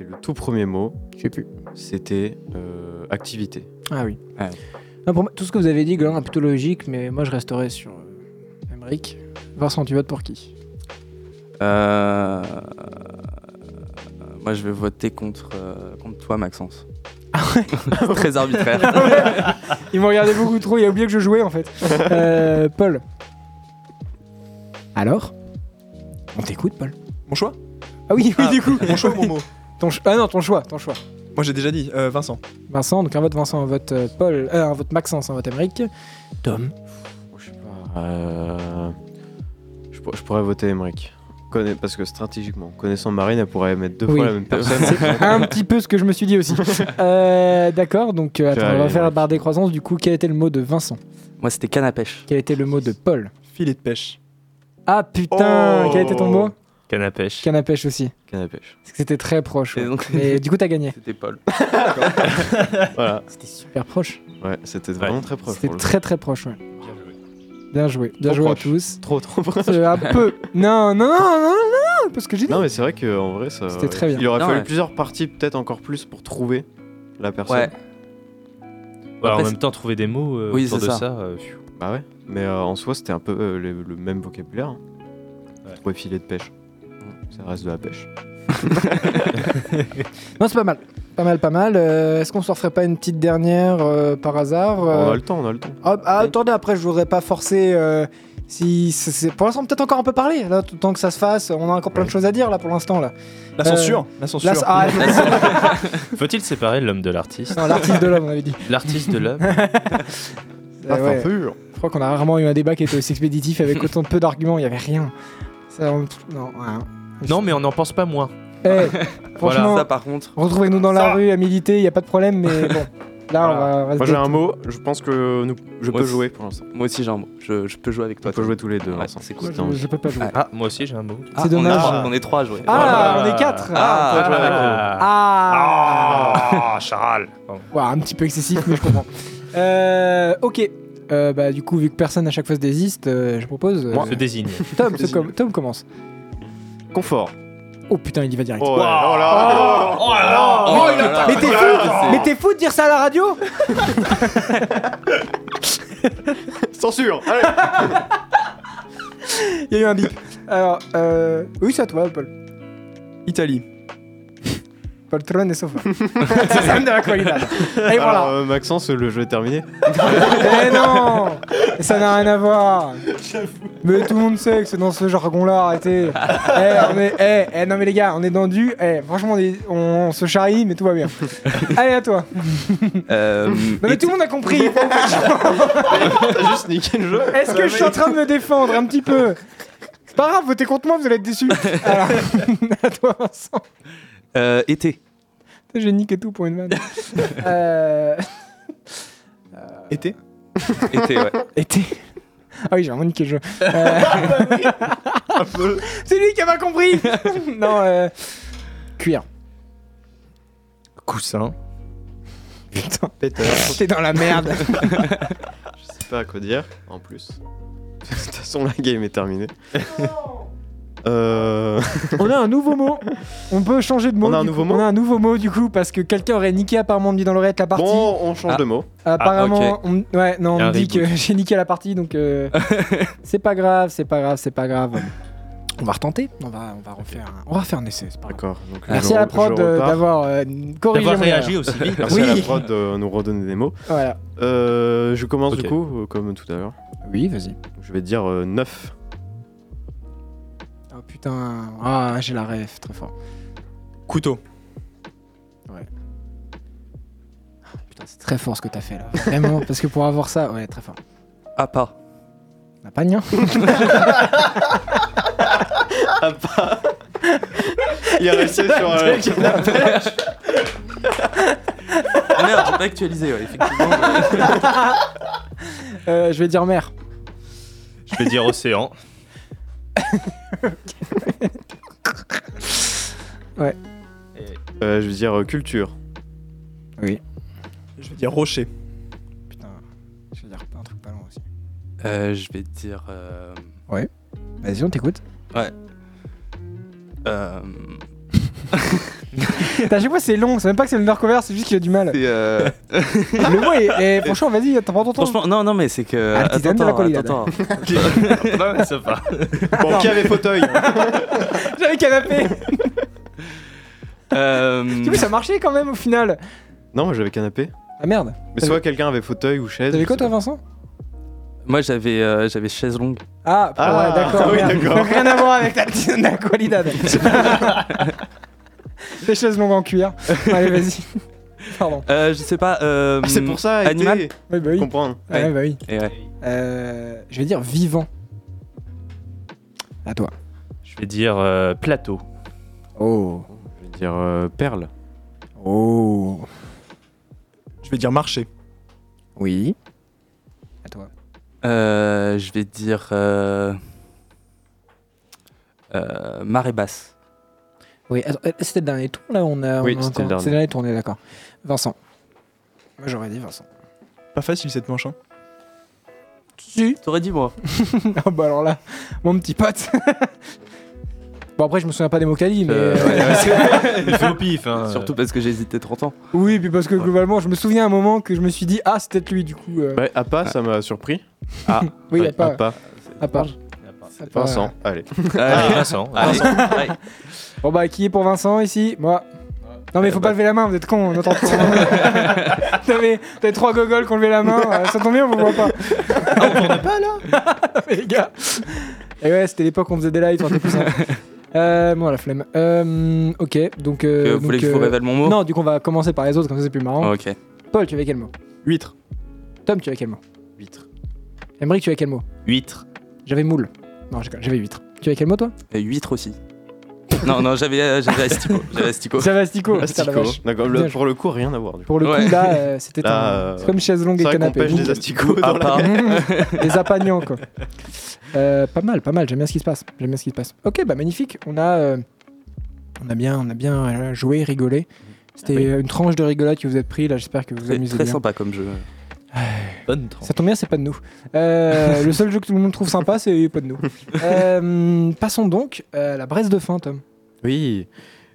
Speaker 4: Et le tout premier mot.
Speaker 1: Je sais plus.
Speaker 4: C'était euh, activité.
Speaker 1: Ah oui. Non, pour moi, tout ce que vous avez dit, Golan, est plutôt logique, mais moi je resterai sur euh, Emmerich. Vincent, tu votes pour qui
Speaker 8: Euh, Moi, je vais voter contre, euh, contre toi, Maxence.
Speaker 1: Ah
Speaker 8: C'est [laughs] très
Speaker 1: [laughs]
Speaker 8: arbitraire.
Speaker 1: Il m'ont regardé beaucoup trop, il a oublié que je jouais
Speaker 8: [laughs]
Speaker 1: en fait. Euh, Paul. Alors On t'écoute, Paul.
Speaker 10: Mon choix
Speaker 1: Ah oui, oui,
Speaker 10: Ah,
Speaker 1: du coup.
Speaker 10: Mon choix ou mon mot
Speaker 1: [laughs] Ton ch- ah non, ton choix, ton choix.
Speaker 10: Moi j'ai déjà dit, euh, Vincent.
Speaker 1: Vincent, donc un vote Vincent, un vote euh, Paul, euh, un vote Maxence, un vote Emmerich. Tom.
Speaker 4: Euh, je, pour- je pourrais voter Emmerich. Conna- Parce que stratégiquement, connaissant Marine, elle pourrait mettre deux fois la
Speaker 1: [laughs]
Speaker 4: même personne.
Speaker 1: C'est un petit peu ce que je me suis dit
Speaker 8: [laughs]
Speaker 1: aussi. Euh, D'accord, donc euh,
Speaker 4: Je vais
Speaker 1: attends, on va
Speaker 4: aller,
Speaker 1: faire la barre des croisances. Du coup, quel était le mot de Vincent
Speaker 8: Moi, c'était canne à pêche.
Speaker 1: Quel était le mot de Paul
Speaker 10: Filet de pêche.
Speaker 1: Ah putain,
Speaker 8: Oh.
Speaker 1: quel était ton mot
Speaker 3: Canne à pêche.
Speaker 1: Canne à pêche aussi.
Speaker 4: Canne à pêche.
Speaker 1: Parce que c'était très proche. ouais. Mais du coup, t'as gagné.
Speaker 8: [laughs] C'était Paul.
Speaker 4: [laughs] voilà.
Speaker 1: C'était super proche.
Speaker 4: Ouais, c'était vraiment très proche.
Speaker 1: C'était
Speaker 4: pour le
Speaker 1: très
Speaker 4: coup.
Speaker 1: très proche, ouais. Bien joué. Bien
Speaker 4: Trop
Speaker 1: joué
Speaker 4: proche.
Speaker 1: à tous.
Speaker 4: Trop trop proche.
Speaker 1: C'est
Speaker 4: [laughs]
Speaker 1: un peu. Non, non, non, non, non, non, parce que j'ai dit.
Speaker 4: Non, mais c'est vrai qu'en vrai, ça.
Speaker 1: C'était très bien.
Speaker 4: Il aurait
Speaker 1: Non,
Speaker 4: fallu
Speaker 1: ouais.
Speaker 4: plusieurs parties, peut-être encore plus, pour trouver la personne.
Speaker 8: Ouais.
Speaker 3: Ouais, en même temps, trouver des mots euh,
Speaker 4: Oui,
Speaker 3: autour
Speaker 4: c'est
Speaker 3: de
Speaker 4: ça.
Speaker 3: ça. euh, pfiou.
Speaker 4: Bah ouais. Mais euh, en soi, c'était un peu euh, le, le même vocabulaire. hein. Trouver filet de pêche. Ça reste de la
Speaker 1: [laughs]
Speaker 4: pêche.
Speaker 1: Non, c'est pas mal. Pas mal, pas mal. Euh, Est-ce qu'on s'en ferait pas une petite dernière euh, par hasard
Speaker 4: On
Speaker 1: euh,
Speaker 4: a le temps, on a le temps.
Speaker 1: Ah, ah, attendez, après, je voudrais pas forcer. euh, si c'est- c'est- Pour l'instant, peut-être encore un peu parler. Là, tout le temps que ça se fasse, on a encore plein de choses à dire là pour l'instant. là.
Speaker 10: La
Speaker 1: Euh,
Speaker 10: censure, la censure.
Speaker 3: [laughs]
Speaker 1: ah,
Speaker 3: Faut-il séparer l'homme de l'artiste
Speaker 1: Non, l'artiste de l'homme, on avait dit.
Speaker 3: L'artiste de
Speaker 1: [laughs]
Speaker 3: l'homme.
Speaker 1: Ah ouais. Je crois qu'on a rarement eu un débat qui était aussi expéditif avec autant de peu d'arguments. Il y avait rien. Ça, on- non, ouais.
Speaker 3: Non, mais on n'en pense pas moins.
Speaker 1: Eh,
Speaker 3: Voilà.
Speaker 1: franchement,
Speaker 3: Ça, par contre.
Speaker 1: Retrouvez-nous dans la rue à militer, il y a pas de problème, mais bon. Là, on va- on va. se
Speaker 4: Moi, j'ai
Speaker 1: détendre.
Speaker 4: un mot. Je pense que nous, je
Speaker 8: Moi
Speaker 4: peux
Speaker 8: aussi.
Speaker 4: jouer pour l'instant.
Speaker 8: Moi aussi, j'ai un mot. Je, je peux jouer avec toi.
Speaker 4: On peut jouer tous les deux. ensemble.
Speaker 8: c'est cool.
Speaker 4: Putain,
Speaker 1: Je peux pas jouer.
Speaker 3: Ah, moi aussi j'ai un mot.
Speaker 8: Ah, on est
Speaker 1: dommage.
Speaker 8: trois- On est trois à jouer.
Speaker 1: Ah, on est quatre.
Speaker 8: Ah, on peut jouer avec
Speaker 1: Ah,
Speaker 8: eux.
Speaker 3: Ah, Charal.
Speaker 1: Ouais, un petit peu excessif, mais je comprends. Euh, ok. Euh, bah, du coup, vu que personne à chaque fois se désiste, euh, je propose. euh,
Speaker 3: Moi, se désigne.
Speaker 1: Tom,
Speaker 3: Je
Speaker 1: se
Speaker 3: désigne.
Speaker 1: com- Tom commence.
Speaker 4: Confort.
Speaker 1: Oh putain, il y va direct.
Speaker 4: Oh là Oh là.
Speaker 1: Oh
Speaker 4: là là.
Speaker 1: Oh
Speaker 4: Oh là là.
Speaker 1: Mais t'es
Speaker 4: Oh là
Speaker 1: fou
Speaker 4: là.
Speaker 1: Mais t'es fou de dire ça à la radio
Speaker 4: [laughs] Censure. Allez.
Speaker 1: [laughs] Il y a eu un bip. Alors, euh... oui, c'est à toi, Paul.
Speaker 10: Italie.
Speaker 1: Paul Tron et Sofa. [laughs] C'est ça me donne la qualidad. Et
Speaker 4: Alors,
Speaker 1: voilà.
Speaker 4: euh, Maxence, le jeu est terminé.
Speaker 1: [laughs] Eh non Ça n'a rien à voir Mais tout le monde sait que c'est dans ce jargon-là, arrêtez Eh, on est- eh, eh, non mais les gars, on est dans du... Eh, franchement, on, est- on se charrie, mais tout va bien. Allez, à toi
Speaker 8: Euh,
Speaker 1: Non mais tout le monde a compris
Speaker 8: [laughs]
Speaker 4: Juste niquer le jeu.
Speaker 1: Est-ce que je suis en train de me défendre un petit peu C'est pas grave, votez contre moi, vous allez être déçus Alors, [laughs] à toi Vincent
Speaker 8: euh, été.
Speaker 1: Putain, J'ai niqué tout pour une vanne. Euh...
Speaker 3: Euh,
Speaker 10: Été
Speaker 8: [laughs] Été, ouais.
Speaker 1: Été Ah oui, j'ai vraiment niqué le jeu. Euh, C'est lui qui a pas compris Non, euh... Cuir.
Speaker 3: Coussin.
Speaker 1: Putain.
Speaker 4: Pétard.
Speaker 1: T'es dans la merde.
Speaker 4: [laughs] je sais pas quoi dire, en plus. De toute façon, la game est terminée. euh... [laughs]
Speaker 1: On a un nouveau mot. On peut changer de mot.
Speaker 4: On a un
Speaker 1: du
Speaker 4: nouveau
Speaker 1: coup.
Speaker 4: mot
Speaker 1: On a un nouveau mot du coup parce que quelqu'un aurait niqué apparemment dit dans l'oreillette la partie.
Speaker 4: Bon, on change
Speaker 1: Ah.
Speaker 4: de mot.
Speaker 1: Apparemment, on... ouais, non,
Speaker 4: Il
Speaker 1: on
Speaker 4: y a
Speaker 1: me
Speaker 4: un
Speaker 1: dit que [laughs]
Speaker 4: reboot.
Speaker 1: j'ai niqué la partie, donc euh, c'est pas grave, c'est pas grave, c'est pas grave. On va retenter, on va, on va refaire, un... on va refaire un essai. c'est pas grave.
Speaker 4: D'accord. donc
Speaker 1: Merci
Speaker 4: je-
Speaker 1: à la
Speaker 4: je
Speaker 1: prod euh,
Speaker 4: repars.
Speaker 1: d'avoir euh, corrigé. mon erreur.
Speaker 4: Merci
Speaker 1: oui.
Speaker 4: à la prod de nous redonner des mots.
Speaker 1: Voilà.
Speaker 4: Euh, je commence
Speaker 1: Ok.
Speaker 4: du coup, euh, comme tout à l'heure.
Speaker 1: Oui, vas-y.
Speaker 4: Je vais dire euh, 9.
Speaker 1: Ah, Oh putain, ah j'ai la rêve très fort.
Speaker 10: Couteau.
Speaker 1: Ouais. Putain, C'est très fort ce que t'as fait là. Vraiment, [laughs] parce que pour avoir ça, ouais, très fort.
Speaker 8: À part.
Speaker 1: À pas nian.
Speaker 3: Ah, pas. [laughs] Il est resté sur.
Speaker 1: [laughs]
Speaker 3: euh,
Speaker 8: Ah merde, j'ai pas actualisé, ouais, effectivement.
Speaker 1: Euh, je vais dire [laughs] mère.
Speaker 3: Je vais dire océan.
Speaker 1: Ouais.
Speaker 4: Euh, je veux dire euh, culture.
Speaker 1: Oui.
Speaker 10: Je vais dire rocher.
Speaker 1: Je vais dire un truc pas long aussi.
Speaker 8: Euh, je vais te dire. euh,
Speaker 1: Ouais. Vas-y, on t'écoute.
Speaker 8: Ouais.
Speaker 1: [laughs]
Speaker 8: Euh,
Speaker 1: T'as à chaque fois c'est long, c'est même pas que c'est le Nordcover, c'est juste qu'il a du mal.
Speaker 3: euh,
Speaker 1: Le mot est. est- franchement, vas-y, attends, prends ton temps.
Speaker 8: Franchement, non, non, mais c'est que.
Speaker 1: Artisan de la
Speaker 8: attends,
Speaker 1: Colliade.
Speaker 8: attends, attends.
Speaker 3: non, mais ça va.
Speaker 1: Non.
Speaker 3: Bon, qui avait fauteuil
Speaker 1: [laughs] J'avais canapé.
Speaker 8: [laughs] Euh...
Speaker 1: Tu vois, ça marchait quand même au final.
Speaker 4: Non, moi j'avais canapé.
Speaker 1: Ah merde.
Speaker 4: Mais soit quelqu'un avait fauteuil ou chaise.
Speaker 1: T'avais
Speaker 4: je
Speaker 1: quoi
Speaker 4: sais
Speaker 1: toi, Vincent
Speaker 8: Moi, j'avais euh, j'avais chaise longue.
Speaker 1: Ah,
Speaker 4: Ah,
Speaker 1: ouais, d'accord.
Speaker 4: oui,
Speaker 1: merde.
Speaker 4: d'accord.
Speaker 1: Donc, Rien à voir avec la tisane à Qualidad. Les chaises longues en cuir. Allez, vas-y. [laughs] Pardon.
Speaker 8: Euh, je sais pas.
Speaker 10: Ah,
Speaker 8: Euh,
Speaker 1: c'est pour ça,
Speaker 8: Animal.
Speaker 1: été- Oui, bah oui.
Speaker 4: Comprendre.
Speaker 1: Ouais, bah oui.
Speaker 8: Et ouais.
Speaker 1: Euh, je vais dire vivant. À toi.
Speaker 3: Je vais dire euh, plateau.
Speaker 1: Oh.
Speaker 4: Je vais dire euh, perle.
Speaker 1: Oh.
Speaker 10: Je vais dire marché.
Speaker 1: Oui. À toi.
Speaker 8: Euh, je vais dire. Euh... euh, marée basse.
Speaker 1: Oui, attends, euh, c'était le dernier tour là on a,
Speaker 8: Oui,
Speaker 1: on a
Speaker 8: c'était
Speaker 1: encore-
Speaker 8: le dernier.
Speaker 1: C'est le dernier tour, on est d'accord. Vincent. Moi j'aurais dit Vincent.
Speaker 10: Pas facile cette manche, hein.
Speaker 1: Si.
Speaker 8: T'aurais dit moi.
Speaker 1: [laughs] ah bah alors là, mon petit pote. [laughs] bon après je me souviens pas des mots quali, mais...
Speaker 8: Euh,
Speaker 1: [laughs] ouais.
Speaker 8: Il fait au pif.
Speaker 4: hein.
Speaker 8: hein. Surtout parce que j'ai hésité 30 ans.
Speaker 1: oui, puis parce que globalement je me souviens à un moment que je me suis dit ah c'est peut-être lui du coup... euh,
Speaker 4: Bah, à pas, ça m'a surpris. Ah,
Speaker 1: [laughs] Oui, à pas.
Speaker 4: à pas.
Speaker 1: À part. part.
Speaker 4: Vincent,
Speaker 1: [laughs]
Speaker 4: allez.
Speaker 3: Allez, Vincent, allez.
Speaker 1: Vincent. bon bah qui est pour Vincent ici Moi. Non mais faut pas lever la main, vous êtes cons, on entend tout. non mais t'as trois gogoles qui ont levé la main, euh, ça tombe bien, on vous voit pas. Non, [laughs] mais les gars. Et ouais, c'était l'époque où on faisait des lives, c'était plus simple. Euh, bon, la flemme. Euh, ok, donc. euh,
Speaker 8: Que vous
Speaker 1: donc,
Speaker 8: voulez que je vous révèle mon mot Ah,
Speaker 1: Non, du coup, on va commencer par les autres, comme ça c'est plus marrant.
Speaker 8: Oh, Ok.
Speaker 1: Paul, tu avais quel mot Huître. Tom, tu avais quel mot
Speaker 3: Huître.
Speaker 1: Emmerich, tu avais quel mot
Speaker 3: Huître.
Speaker 1: J'avais moule. Non, j'ai- j'avais huître. Tu avais quel mot, toi
Speaker 8: Et huître aussi. non, non, j'avais euh, j'avais asticot. J'avais asticot.
Speaker 1: J'avais asticot, putain, la
Speaker 4: Astico.
Speaker 1: vache.
Speaker 4: D'accord,
Speaker 1: Bien
Speaker 4: le-
Speaker 1: joué.
Speaker 4: pour le coup, rien à voir. du coup.
Speaker 1: Pour le
Speaker 8: Ouais.
Speaker 1: coup, là, euh, c'était
Speaker 4: Là,
Speaker 1: un...
Speaker 4: euh,
Speaker 1: C'est comme chaise longue et
Speaker 4: c'est vrai qu'on
Speaker 1: canapé.
Speaker 4: pêche des asticots dans la mer. [laughs]
Speaker 1: Mmh. [laughs] Des apagnants, quoi. Euh, pas mal, pas mal. J'aime bien ce qui se passe. J'aime bien ce qui se passe. Ok, bah magnifique. On a, euh, on a bien, on a bien euh, joué, rigolé. C'était euh, une tranche de rigolade que vous êtes pris. Là, j'espère que vous vous
Speaker 8: C'est
Speaker 1: amusez
Speaker 8: très
Speaker 1: bien.
Speaker 8: sympa comme jeu. Bonne tranche.
Speaker 1: Ça tombe bien, c'est pas de nous. Euh, le seul jeu que tout le monde trouve sympa, c'est pas de nous. Euh, passons donc à la Bresse de fin, Tom.
Speaker 4: Oui.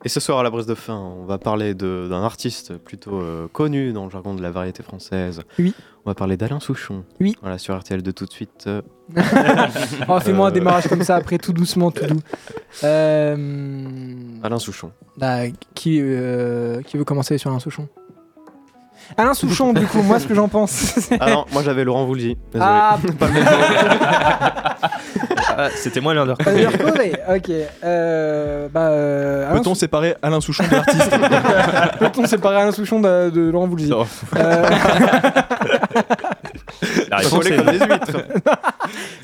Speaker 4: Et ce soir à la brise de fin, on va parler de- d'un artiste plutôt euh, connu dans le jargon de la variété française.
Speaker 1: Oui.
Speaker 4: On va parler d'Alain Souchon.
Speaker 1: Oui.
Speaker 4: Voilà, sur RTL de tout de suite. euh.
Speaker 1: [laughs] Oh, fais-moi un
Speaker 4: Euh,
Speaker 1: démarrage comme ça, après, tout doucement, tout doux. Euh,
Speaker 4: Alain Souchon.
Speaker 1: Bah, qui, euh, qui veut commencer sur Alain Souchon Alain Souchon, du coup, moi ce que j'en pense. c'est-
Speaker 4: [laughs] Ah
Speaker 1: [laughs]
Speaker 4: non, moi j'avais Laurent Voulzy. Désolé.
Speaker 1: Ah,
Speaker 4: [laughs] Pas le même nom.
Speaker 3: Ah, C'était moi l'un
Speaker 1: Pas de leur côté, ok. Euh, bah, euh, Alain
Speaker 10: Peut-on
Speaker 1: Souchon-
Speaker 10: séparer Alain Souchon de l'artiste
Speaker 1: [laughs] Peut-on séparer Alain Souchon de, de Laurent Voulzy
Speaker 9: [laughs]
Speaker 1: Euh,
Speaker 3: La réponse est non.
Speaker 1: [laughs] C'est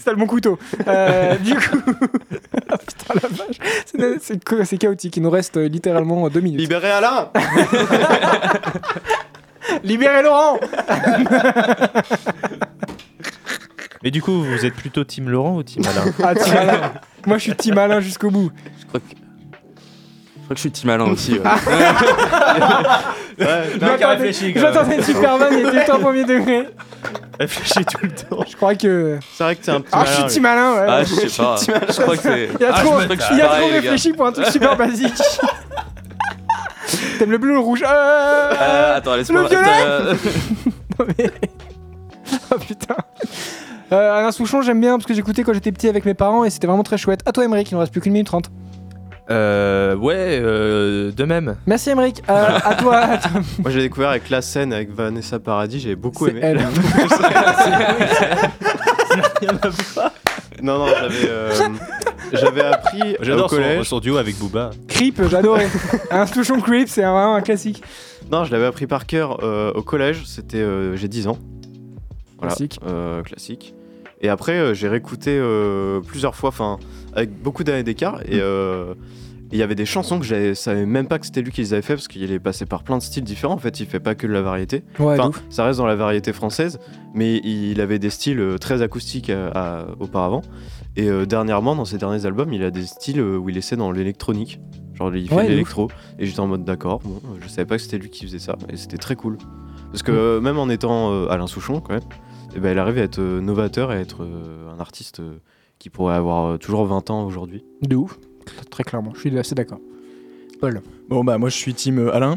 Speaker 1: pas le bon couteau. Euh, du coup. [laughs] Ah, Putain, la vache. C'est- C'est co- c'est chaotique. Il nous reste euh, littéralement euh, deux minutes.
Speaker 4: Libérez Alain
Speaker 1: [laughs]
Speaker 3: [laughs]
Speaker 1: Libérez Laurent
Speaker 3: Mais du coup, vous êtes plutôt Team Laurent ou Team Alain
Speaker 1: Ah, Tim Alain. Moi, je suis Tim Alain jusqu'au bout.
Speaker 8: Je crois que je suis Timalin
Speaker 1: [laughs]
Speaker 8: aussi. ouais.
Speaker 3: Ouais, non, qui a
Speaker 1: J'attendais
Speaker 3: réfléchi, quand même.
Speaker 1: j'attendais une super vanne, il était tout en premier degré.
Speaker 3: Réfléchis tout le temps.
Speaker 1: Je crois que.
Speaker 4: C'est vrai que t'es un petit
Speaker 1: Ah, je suis petit malin, ouais.
Speaker 8: Ah, je sais pas.
Speaker 1: Petit malin.
Speaker 8: Je crois que c'est-
Speaker 1: Il y a
Speaker 8: Ah, je
Speaker 1: trop,
Speaker 8: crois que je suis
Speaker 1: il y a
Speaker 8: pareil,
Speaker 1: trop
Speaker 8: les gars.
Speaker 1: réfléchi pour un truc super basique.
Speaker 8: [laughs]
Speaker 1: T'aimes le bleu ou le rouge Euh,
Speaker 8: Euh, attends, laisse-moi.
Speaker 1: Le violet
Speaker 8: Euh,
Speaker 1: [laughs] Ah, putain. Euh, Alain Souchon, j'aime bien parce que j'écoutais quand j'étais petit avec mes parents et c'était vraiment très chouette. À toi, Emmerich, il ne reste plus qu'une minute trente.
Speaker 3: Euh,
Speaker 8: Eh,
Speaker 3: ouais, euh, de même.
Speaker 1: Merci, Emmerich. Euh, à toi. à toi.
Speaker 4: Moi j'ai découvert avec la scène avec Vanessa Paradis, j'ai beaucoup
Speaker 1: C'est
Speaker 4: aimé. [laughs]
Speaker 1: elle.
Speaker 4: non, non, j'avais. euh, J'avais appris au
Speaker 17: J'adore son,
Speaker 4: collège.
Speaker 17: son duo avec Booba.
Speaker 1: Creep,
Speaker 8: [laughs]
Speaker 1: j'adorais. un touchon Creep, c'est vraiment un classique.
Speaker 4: Non, je l'avais appris par cœur euh, au collège, c'était euh, j'ai 10 ans.
Speaker 1: Classique.
Speaker 4: euh, classique. Et après, euh, j'ai réécouté euh, plusieurs fois, enfin, avec beaucoup d'années d'écart.
Speaker 1: Mm.
Speaker 4: Et euh, il y avait des chansons que je savais même pas que c'était lui qui les avait fait parce qu'il est passé par plein de styles différents. En fait, il fait pas que de la variété.
Speaker 1: Ouais, de
Speaker 4: enfin,
Speaker 1: ouf.
Speaker 4: ça reste dans la variété française, mais il avait des styles euh, très acoustiques euh, à- auparavant. Et euh, dernièrement, dans ses derniers albums, il a des styles euh, où il essaie dans l'électronique. Genre, il fait
Speaker 1: Ouais,
Speaker 4: de
Speaker 1: de
Speaker 4: l'électro électro. et j'étais en mode d'accord bon euh, je savais pas que c'était lui qui faisait ça et c'était très cool parce
Speaker 10: Mm.
Speaker 4: que euh, même en étant euh, Alain Souchon quand même eh ben, il arrive à être euh, novateur et à être euh, un artiste euh, qui pourrait avoir euh, toujours 20 ans aujourd'hui
Speaker 1: De ouf. Très clairement, je suis assez d'accord. Paul.
Speaker 10: Bon bah moi je suis team euh,
Speaker 1: [laughs]
Speaker 10: Alain.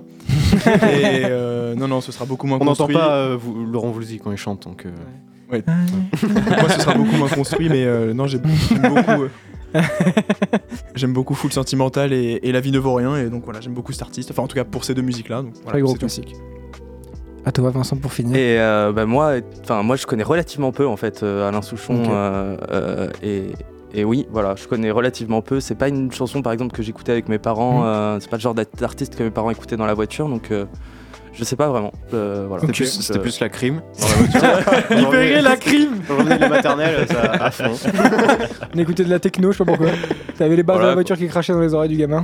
Speaker 10: Et
Speaker 4: [laughs]
Speaker 10: euh, non non ce sera beaucoup moins
Speaker 4: on n'entend
Speaker 10: construit.
Speaker 4: pas euh, vous- Laurent Voulzy quand il chante donc euh,
Speaker 10: Ouais. moi ce sera beaucoup moins construit mais euh, non j'ai j'aime beaucoup. euh, J'aime beaucoup Full Sentimental et, et La vie ne vaut rien et donc voilà j'aime beaucoup cet artiste enfin en tout cas pour ces deux musiques là donc
Speaker 1: Très
Speaker 10: voilà
Speaker 1: gros
Speaker 10: c'est
Speaker 1: plan.
Speaker 10: classique.
Speaker 1: À toi, Vincent, pour [laughs] finir.
Speaker 8: Et euh, bah, moi, enfin moi, je connais relativement peu en fait euh, Alain Souchon
Speaker 1: Ok.
Speaker 8: euh, euh, et et oui, voilà, je connais relativement peu. C'est pas une chanson, par exemple, que j'écoutais avec mes parents.
Speaker 1: Mhm.
Speaker 8: euh, c'est pas le genre d'art- d'artiste que mes parents écoutaient dans la voiture, donc euh, je sais pas vraiment. Euh, voilà.
Speaker 4: C'était
Speaker 8: Je-
Speaker 4: plus- c'était plus la
Speaker 8: [laughs]
Speaker 4: crime.
Speaker 1: Libérer la crime
Speaker 4: Aujourd'hui, les maternelles, ça, à fond.
Speaker 1: [laughs] On écoutait de la techno, je sais pas pourquoi. T'avais les bases de
Speaker 4: Voilà,
Speaker 1: la voiture qui crachaient dans les oreilles du
Speaker 4: [laughs]
Speaker 1: gamin.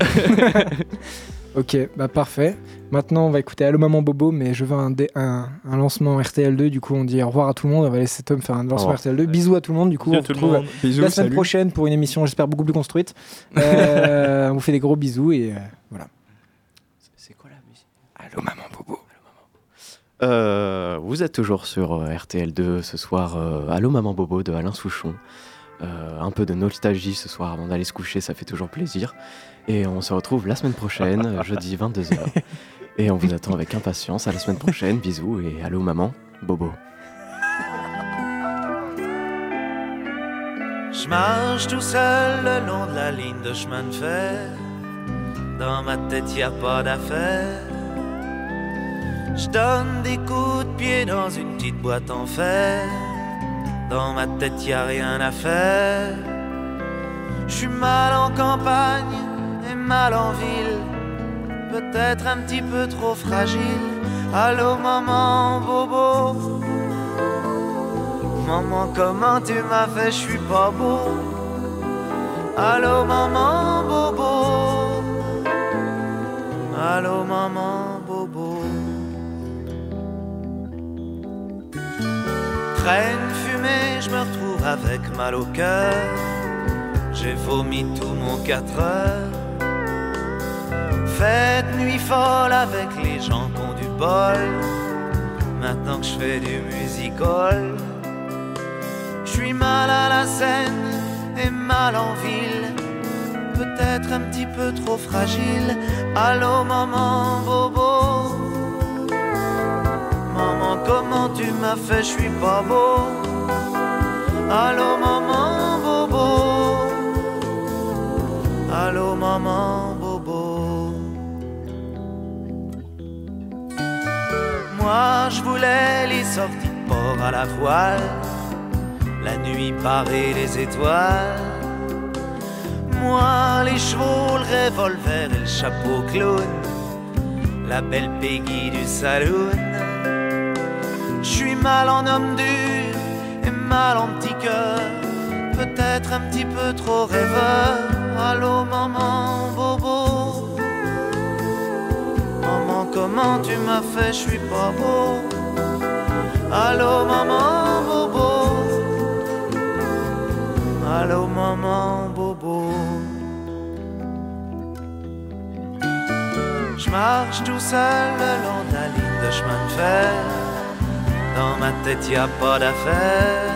Speaker 1: ok, bah parfait. Maintenant, on va écouter Allo Maman Bobo, mais je veux un, dé- un, un lancement RTL2. Du coup, on dit au revoir à tout le monde. On va laisser Tom faire un lancement
Speaker 10: revoir.
Speaker 1: RTL2. Bisous à tout le monde. Du coup,
Speaker 10: Bisous
Speaker 1: on
Speaker 10: à tout le
Speaker 1: retrouve
Speaker 10: monde. Bisous,
Speaker 1: la semaine
Speaker 10: salut.
Speaker 1: prochaine pour une émission, j'espère, beaucoup plus construite.
Speaker 4: [laughs]
Speaker 1: Euh, on vous fait des gros bisous et euh, voilà.
Speaker 8: C'est quoi la musique
Speaker 1: Allô, maman Bobo.
Speaker 4: Euh, vous êtes toujours sur euh, RTL2 ce soir. euh, Allô maman Bobo de Alain Souchon. Euh, un peu de nostalgie ce soir avant d'aller se coucher, ça fait toujours plaisir. Et on se retrouve la semaine prochaine, euh, jeudi 22h. Et on vous attend avec impatience. À la semaine prochaine. Bisous et allô maman Bobo.
Speaker 14: Je marche tout seul le long de la ligne de chemin de fer. Dans ma tête, y a pas d'affaires. Je donne des coups de pied dans une petite boîte en fer. Dans ma tête, y a rien à faire. Je suis mal en campagne et mal en ville. Peut-être un petit peu trop fragile. Allô, maman, bobo. Maman, comment tu m'as fait, je suis pas beau. Allô, maman, bobo. Allô, maman, bobo. Traîne fumée, je me retrouve avec mal au cœur. J'ai vomi tout mon 4 heures. Fête nuit folle avec les gens qui ont du bol. Maintenant que je fais du musical. Je suis mal à la scène et mal en ville. Peut-être un petit peu trop fragile. Allô, maman, bobo. Maman, comment tu m'as fait, je suis pas beau. Allô, maman, bobo. Allô, maman, bobo. Moi, je voulais les sorties de port à la voile la nuit parée des étoiles. Moi, les chevaux, le revolver et le chapeau clown, la belle Peggy du saloon. Je suis mal en homme dur et mal en petit cœur, peut-être un petit peu trop rêveur. Allô, maman, bobo. Maman, comment tu m'as fait, je suis pas beau. Allô, maman, bobo. Allô maman bobo Je marche tout seul le long de la ligne de chemin de fer Dans ma tête y a pas d'affaires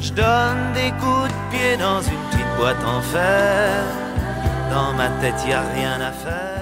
Speaker 14: Je donne des coups de pied dans une petite boîte en fer Dans ma tête y a rien à faire